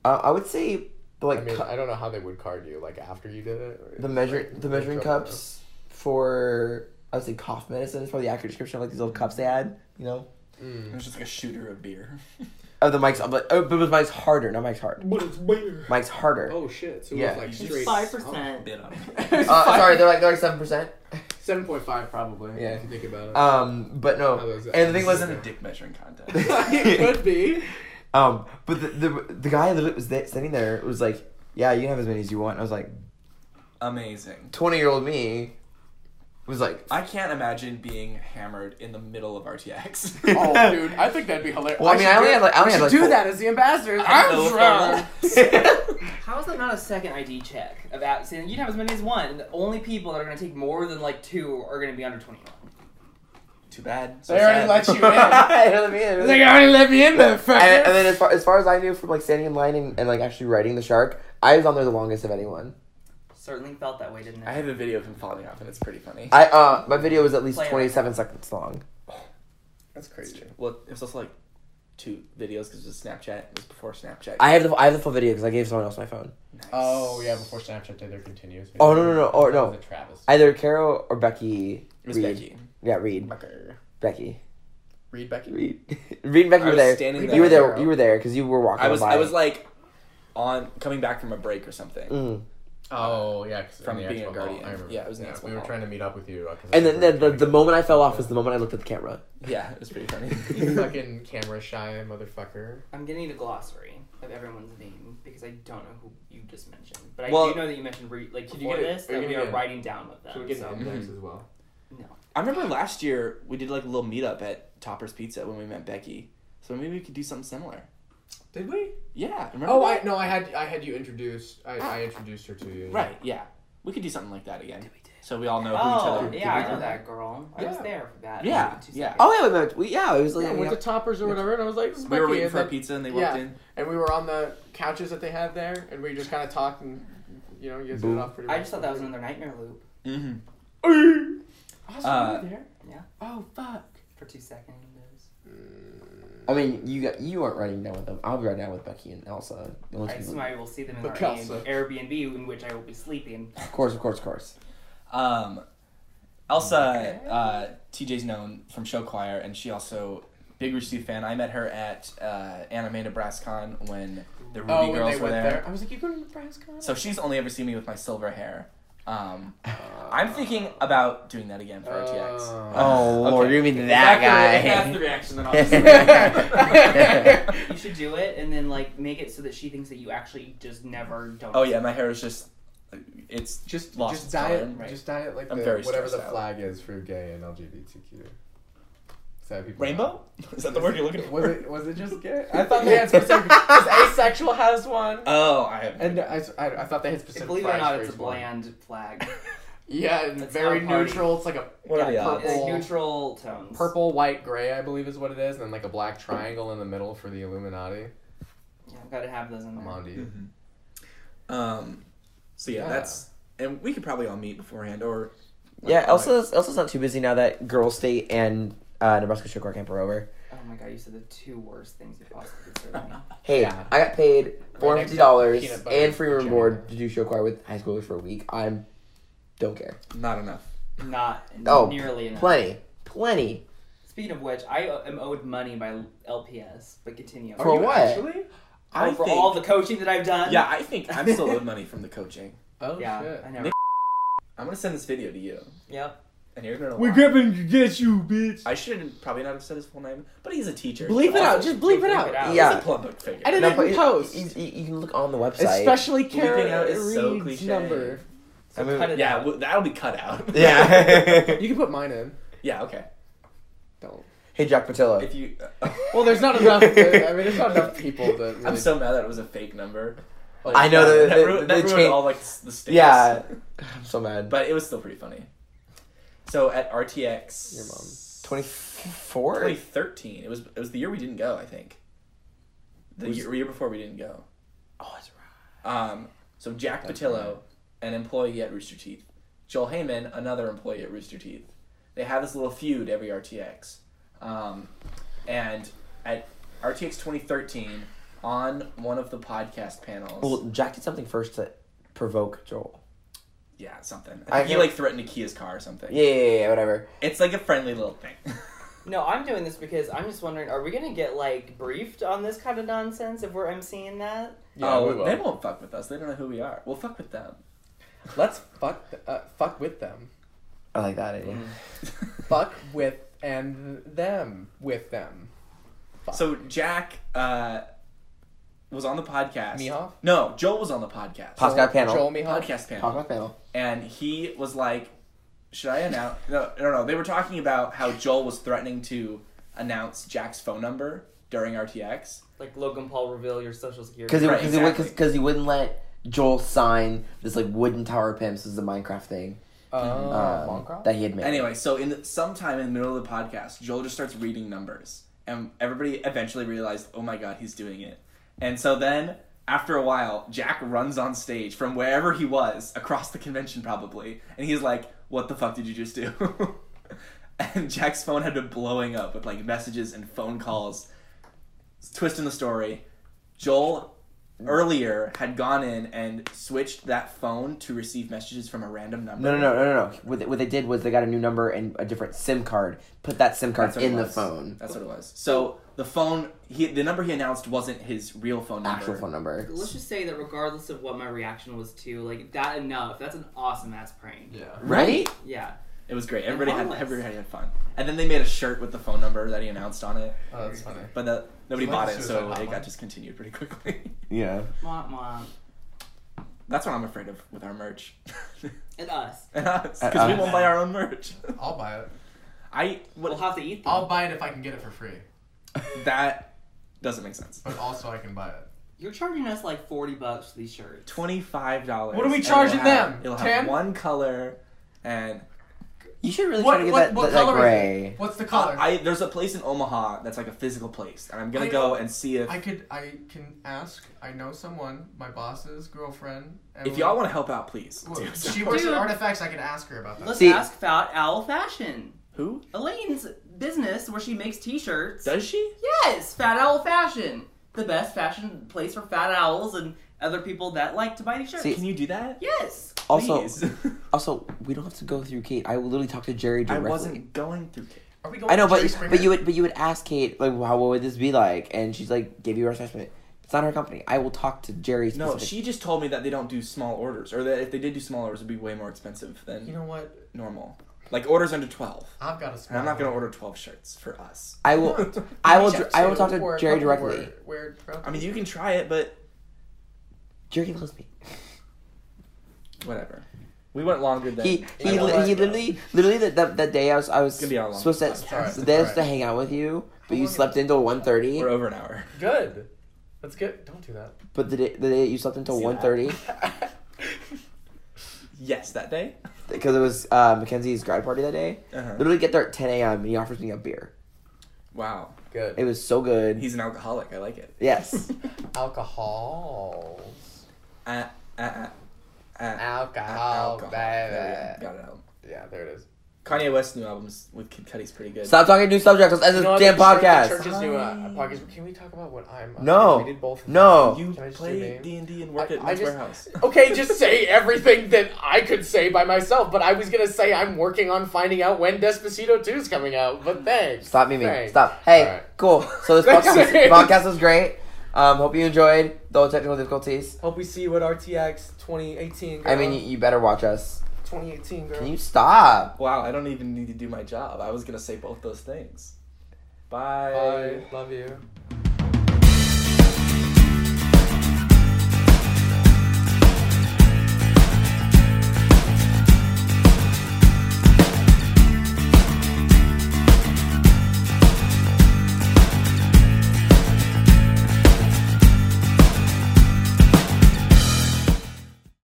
S3: Uh, I would say the like
S6: I mean,
S3: cu-
S6: I don't know how they would card you, like after you did it. or-
S3: the measure the measuring
S6: Like,
S3: cups for I would say cough medicine is probably the accurate description of like these little cups they had. You know,
S1: It
S6: Mm.
S1: was just like a shooter of beer.
S3: oh the Mike's, but oh, but it was Mike's harder, not Mike's hard.
S6: But it's weird.
S3: Mike's harder.
S6: Oh shit! So it
S3: Yeah.
S6: was like
S1: It's
S6: straight
S2: Five percent.
S1: Bit on it.
S3: Uh, sorry, they're like they're like seven percent.
S6: Seven point five probably.
S3: Yeah.
S6: If you think about it.
S3: Um, but no,
S6: Oh, is it-
S3: and the thing
S1: It
S3: was,
S1: wasn't a dick measuring contest.
S6: it could be.
S3: um, but the the, the guy that was there, sitting there was like, yeah, you can have as many as you want. I was like,
S1: Amazing.
S3: twenty year old me was like,
S1: I can't imagine being hammered in the middle of RTX.
S6: Oh, dude, I think that'd be hilarious.
S3: Well, I mean,
S6: should
S3: I only
S6: do-
S3: had, like- I only
S6: we
S3: had,
S6: should
S3: like,
S6: do
S3: four-
S6: that as the ambassador.
S1: I don't know
S6: I'm
S1: if
S6: drunk.
S2: How is that not a second ID check? About saying you can have as many as one. and The only people that are going to take more than like two are going to be under twenty one.
S1: Too bad. So
S6: They already
S1: sad.
S6: let you in.
S3: I don't know, man.
S6: They already let me in, there,
S3: and, and then as far, as far as I knew from like standing in line and, and like actually riding the shark, I was on there the longest of anyone.
S2: Certainly felt that way, didn't
S1: I
S2: it?
S1: have a video of him falling off, and it's pretty funny.
S3: I uh my video was at least
S2: Play it.
S3: twenty seven seconds long.
S6: That's crazy.
S1: Well, it was also like two videos because it was Snapchat. It was before Snapchat.
S3: I have the I have the full video because I gave someone else my phone.
S1: Nice.
S6: Oh yeah, before Snapchat did their continues.
S3: Oh, no, no, no, oh, no.
S6: The Travis.
S3: Either Carol or Becky.
S1: It was
S3: Reed.
S1: Becky.
S3: Yeah, Reed.
S6: Becker.
S3: Becky.
S6: Reed Becky.
S3: Reed. Reed and Becky
S1: I
S3: were
S1: was
S3: there.
S1: standing
S3: You were
S1: there.
S3: there. You were there because you were walking.
S1: I was
S3: by.
S1: I was like on coming back from a break or something,
S3: Mm.
S6: Oh yeah, 'cause in
S1: From
S6: the
S1: being
S6: expo
S1: a
S6: hall, I
S1: guardian.
S6: remember.
S1: Yeah, it was in the expo
S6: we were
S1: hall.
S6: trying to meet up with you. uh, 'cause I
S3: And then
S6: think we
S3: the,
S6: were
S3: the,
S6: trying
S3: the
S6: to-
S3: moment I fell off was the moment I looked at the camera.
S1: Yeah, it was pretty funny.
S6: You fucking camera shy motherfucker.
S2: I'm getting a glossary of everyone's name because I don't know who you just mentioned, but I
S1: Well-
S2: do know that you mentioned re- like
S6: Did you
S2: before
S6: get it?
S2: this
S6: Are you
S2: that we
S6: gonna
S2: are
S6: get it?
S2: writing down with them.
S6: Should we get
S2: so.
S6: an index as well?
S1: I remember last year we did like a little meetup at Topper's Pizza when we met Becky. So maybe we could do something similar.
S6: Did we?
S1: Yeah, remember?
S6: Oh,
S1: that?
S6: I no, I had I had you introduced. I, I introduced her to you.
S1: Right, yeah. We could do something like that again.
S2: we did.
S1: So we all know who each
S2: Oh
S1: other.
S2: yeah, I
S6: Did we
S2: know
S6: do
S2: that girl. I was
S6: Yeah.
S2: there for that.
S1: Yeah,
S2: Two
S1: yeah.
S2: seconds.
S3: Oh yeah, we met. We, yeah, it was like
S6: Yeah, with the toppers or whatever, and I was like, this is
S1: We were
S6: Becky,
S1: waiting
S6: and
S1: for a
S6: then-
S1: pizza and they
S6: yeah.
S1: walked in.
S6: And we were on the couches that they had there, and we just kind of talked, and you know, you guys hit
S3: Boom.
S6: it off pretty.
S2: I just thought that was another nightmare loop
S1: Mm-hmm.
S6: Awesome,
S1: uh,
S6: you were there.
S2: Yeah.
S6: Oh fuck.
S2: for two seconds.
S3: I mean, you got you aren't writing down with them. I'll be writing down with Becky and Elsa. The only
S2: I
S3: two
S2: assume
S3: people-
S2: I will see them in
S6: The
S2: our
S6: Kelsa.
S2: Airbnb in which I will be sleeping.
S3: Of course, of course, of course.
S1: Um, Elsa, uh, TJ's known from show choir, and she also big Rich Steve fan. I met her at uh, Anime NebraskaCon when the Ruby
S6: Oh, when
S1: Girls
S6: they
S1: were
S6: went
S1: there.
S6: there. I was like, you go to Nebraska?
S1: So she's only ever seen me with my silver hair. Um,
S6: Uh,
S1: I'm thinking about doing that again for RTX.
S6: Oh.
S3: Oh, Lord, you mean that
S1: If
S3: guy.
S1: that's the reaction, then I'll just-
S2: You should do it and then like make it so that she thinks that you actually just never don't.
S1: Oh yeah, my hair is just it's
S6: Just
S1: Lost
S6: just
S1: its
S6: diet
S1: color, right.
S6: just diet like
S1: I'm
S6: the,
S1: very
S6: whatever the
S1: stressed out.
S6: flag is for gay and LGBTQ. Is that people
S1: rainbow. Is that the word you're looking for?
S6: Was it was it just gay? I thought they had specific. 'cause asexual has one.
S1: Oh, I have.
S6: And uh, I, I, I thought they had specific.
S2: Believe it or
S6: flags
S2: not,
S6: for
S2: it's a
S6: each one.
S2: bland flag.
S6: Yeah, and
S2: That's
S6: very
S2: not a party.
S6: neutral. It's like a
S1: What are
S6: yeah,
S1: the odds?
S2: It's
S6: purple,
S2: neutral tones.
S6: purple, white, gray. I believe is what it is, and then like a black triangle in the middle for the Illuminati.
S2: Yeah, I've got to have those in
S6: I'm
S2: there.
S6: on to you.
S1: Um, so yeah,
S6: Yeah.
S1: that's and we could probably all meet beforehand or. like,
S3: Yeah,
S1: like-
S3: Elsa's Elsa's not too busy now that Girl State and uh, Nebraska Sugar Camp are over.
S2: Oh my god, you said the two worst things you possibly could serve me.
S3: Hey,
S6: Yeah.
S3: I got paid four
S6: next
S3: hundred
S6: to
S3: dollars
S6: peanut butter
S3: and free room and
S6: jam.
S3: board to do show choir with high schoolers for a week. I'm don't care.
S1: Not enough.
S2: Not
S3: Oh,
S2: nearly enough.
S3: Plenty, plenty.
S2: Speaking of which, I o- am owed money by LPS, but continue.
S3: For
S6: Are you
S3: what?
S6: Actually?
S1: I
S2: Oh, for
S1: think-
S2: all the coaching that I've done.
S1: Yeah, I think I'm still owed money from the coaching.
S6: Oh
S2: Yeah,
S6: shit.
S2: I never.
S1: Nick- I'm gonna send this video to you,
S2: Yep.
S1: and you're gonna.
S6: We're
S1: laugh.
S6: coming to get you, bitch.
S1: I should probably not have said his full name, but he's a teacher.
S3: Bleep it out. Just bleep it
S2: Bleep
S3: out.
S2: it out.
S1: Yeah. He's
S3: Yeah.
S1: a public figure.
S6: I didn't
S3: No,
S6: even
S3: but you-
S6: post.
S3: You, you- you can look on the website.
S6: Especially
S1: Bleeping
S6: Kara
S1: out is so
S6: Reed's
S1: cliche.
S6: number.
S3: I mean-
S2: Cut it
S1: yeah,
S2: out.
S1: well, that'll be cut out.
S3: yeah.
S6: You can put mine in.
S1: yeah. Okay.
S6: Don't.
S3: hey, Jack Patillo.
S1: If you. uh,
S6: Well, there's not enough. I mean, there's not enough people that. Really,
S1: I'm so mad that it was a fake number. Like,
S3: I know
S1: that,
S3: that-
S1: that,
S3: that-
S1: ruined,
S3: they
S1: that ruined
S3: changed-
S1: all like s- the states.
S3: Yeah. I'm so mad.
S1: but it was still pretty funny. So at RTX,
S6: Your mom.
S3: Twenty four.
S1: 2013. It was it was the year we didn't go. I think. The
S6: Was-
S1: year, year before we didn't go.
S3: Oh, that's right.
S1: Um, so Jack
S6: That's
S1: Patillo,
S6: right.
S1: an employee at Rooster Teeth, Joel Heyman, another employee at Rooster Teeth. They have this little feud every RTX, um, and at RTX 2013, on one of the podcast panels,
S3: Well, Jack did something first to provoke Joel.
S1: yeah, something.
S3: I
S1: I think he
S3: heard-
S1: like threatened to key his car or something.
S3: Yeah, yeah, yeah, yeah, whatever.
S1: It's like a friendly little thing.
S2: No, I'm doing this because I'm just wondering: Are we gonna get like briefed on this kind of nonsense if we're emceeing that?
S6: Yeah,
S1: oh,
S6: we will.
S1: they won't fuck with us. They don't know who we are. We'll fuck with them.
S6: Let's fuck th- uh, fuck with them.
S3: I like that idea.
S6: Fuck with and them with them.
S1: so Jack uh, was on the podcast.
S6: Meow?
S1: No, Joel was on the podcast.
S3: Podcast
S6: Joel-
S3: panel.
S6: Joel Mihal.
S1: podcast panel.
S3: Talk about panel.
S1: and he was like, "Should I announce?" No, no, no. They were talking about how Joel was threatening to announce Jack's phone number during RTX.
S2: Like Logan Paul reveal your social security.
S3: Because he,
S1: Right,
S3: cause he would-
S1: exactly.
S3: cause, cause he wouldn't let Joel sign this like wooden tower pimp. This is the Minecraft thing
S1: Uh,
S6: Oh,
S3: um,
S6: Minecraft?
S3: that he had made.
S1: Anyway, so in the, sometime in the middle of the podcast, Joel just starts reading numbers, and everybody eventually realized, "Oh my god, he's doing it!" And so then. After a while, Jack runs on stage from wherever he was, across the convention probably, and he's like, What the fuck did you just do? and Jack's phone had been blowing up with like messages and phone calls. Twist in the story Joel earlier had gone in and switched that phone to receive messages from a random number.
S3: No, no, no, no, no, no. What they, what they did was they got a new number and a different SIM card. Put that SIM card
S1: That's what it
S3: in the
S1: was.
S3: phone,
S1: That's what it was. So the phone, he, the number he announced wasn't his real phone number.
S3: actual phone number.
S4: Let's just say that regardless of what my reaction was to, like that enough. That's an awesome ass prank.
S6: Yeah.
S3: Right?
S4: Yeah.
S1: It was great. Everybody had
S4: harmless.
S1: everybody had fun. And then they made a shirt with the phone number that he announced on it,
S6: Oh, that's funny.
S1: but the, nobody
S6: Like
S1: bought
S6: the
S1: it,
S6: suicide
S1: so it
S6: hotline.
S1: got discontinued pretty quickly.
S3: Yeah.
S4: Mwah, mwah.
S1: That's what I'm afraid of with our merch.
S4: And us.
S3: Uh,
S1: Because we won't buy our own merch.
S6: I'll buy it.
S1: I what,
S4: We'll have to eat them.
S6: I'll buy it if I can get it for free,
S1: that doesn't make sense.
S6: but also I can buy it.
S4: You're charging us like 40 bucks for these shirts.
S1: Twenty five dollars.
S6: What are we charging them?
S1: It'll have
S6: Ten?
S1: one color, and
S3: You should really
S6: What-
S3: try to get
S6: what-
S3: that,
S6: what
S3: that, that
S6: color is
S3: gray.
S6: What's the color?
S1: I there's a place in Omaha that's like a physical place, and I'm gonna
S6: I
S1: go
S6: know.
S1: and see if
S6: I could I can ask. I know someone, my boss's girlfriend.
S1: if y'all want to help out, please.
S6: Well,
S1: do so.
S6: she works
S4: Dude.
S6: at Artifacts. I can ask her about that.
S4: Let's
S3: See-
S4: ask Fat Owl Fashion.
S1: Who
S4: Elaine's business where she makes t-shirts.
S1: does she?
S4: Yes, Fat Owl Fashion. The best fashion place for fat owls and other people that like to buy these shirts.
S3: See-
S1: Can you do that?
S4: yes.
S3: Also,
S1: Please.
S3: also, we don't have to go through Kate. I will literally talk to Jerry
S1: I
S3: directly.
S1: wasn't going through. K-
S6: Are we going
S3: I know,
S6: to
S3: but
S6: Jerry Springer?
S3: but you would but you would ask Kate like, wow, what would this be like? And she's like, give you her assessment. It's not her company. I will talk to Jerry.
S1: No,
S3: specific-
S1: she just told me that they don't do small orders, or that if they did do small orders, it'd be way more expensive
S6: You
S1: than
S6: know what?
S1: normal. Like orders under twelve,
S6: I've got a.
S1: and I'm not gonna order twelve shirts for us.
S3: I will. I will. dr- I will talk to Jerry directly.
S6: Weird.
S1: I mean, you can try it, but
S3: Jerry loves me.
S1: whatever. We went longer than
S3: He he,
S1: I
S3: li-
S1: wanted.
S3: he literally literally that, that that day I was I was
S1: gonna be our
S3: supposed to
S1: longest
S6: podcast.
S3: the day I was
S6: Alright.
S3: to hang out with you, but you
S6: long
S3: slept until 1.30.
S1: We're over an hour.
S6: Good. That's good. Don't do that.
S3: But the day, the day you slept until
S1: See
S3: 1.30
S1: Yes, that day.
S3: because it was uh, Mackenzie's grad party that day.
S1: Uh-huh.
S3: Literally get there at ten a.m. and he offers me a beer.
S1: Wow,
S6: Good.
S3: It was so good.
S1: he's an alcoholic. I like it.
S3: yes.
S6: Alcohol.
S1: Uh, uh, uh, uh,
S6: Oh, Alcohol,
S1: alcohol. There we
S6: baby.
S1: go. Got it out.
S6: Yeah, there it is.
S1: New. Kanye West's new albums with Kid Cudi's pretty good.
S3: Stop talking new subjects. Let's end this
S6: You know what,
S3: damn
S6: the church- the
S3: podcast.
S6: church's new, uh,
S1: Hi.
S6: podcast. Can we talk about what I'm? Uh,
S3: No.
S6: We did both. of
S3: No.
S1: You
S6: Can I just do
S1: play
S6: name?
S1: D and D and work
S6: I-
S1: at
S6: I
S1: Men's
S6: just-
S1: Warehouse.
S6: them. Okay, just say everything that I could say by myself. But I was gonna say I'm working on finding out when Despacito Two is coming out. But thanks.
S3: Stop me,
S6: Thanks.
S3: Stop. Hey,
S6: All right.
S3: cool. So this
S6: That's
S3: podcast,
S6: it.
S3: podcast was great. Um, hope you enjoyed the technical difficulties.
S6: Hope we see you at RTX 2018. Girl.
S3: I mean, you, you better watch us.
S6: 2018, girl.
S3: Can you stop?
S1: Wow, I don't even need to do my job. I was gonna say both those things. Bye.
S6: Bye. Love you.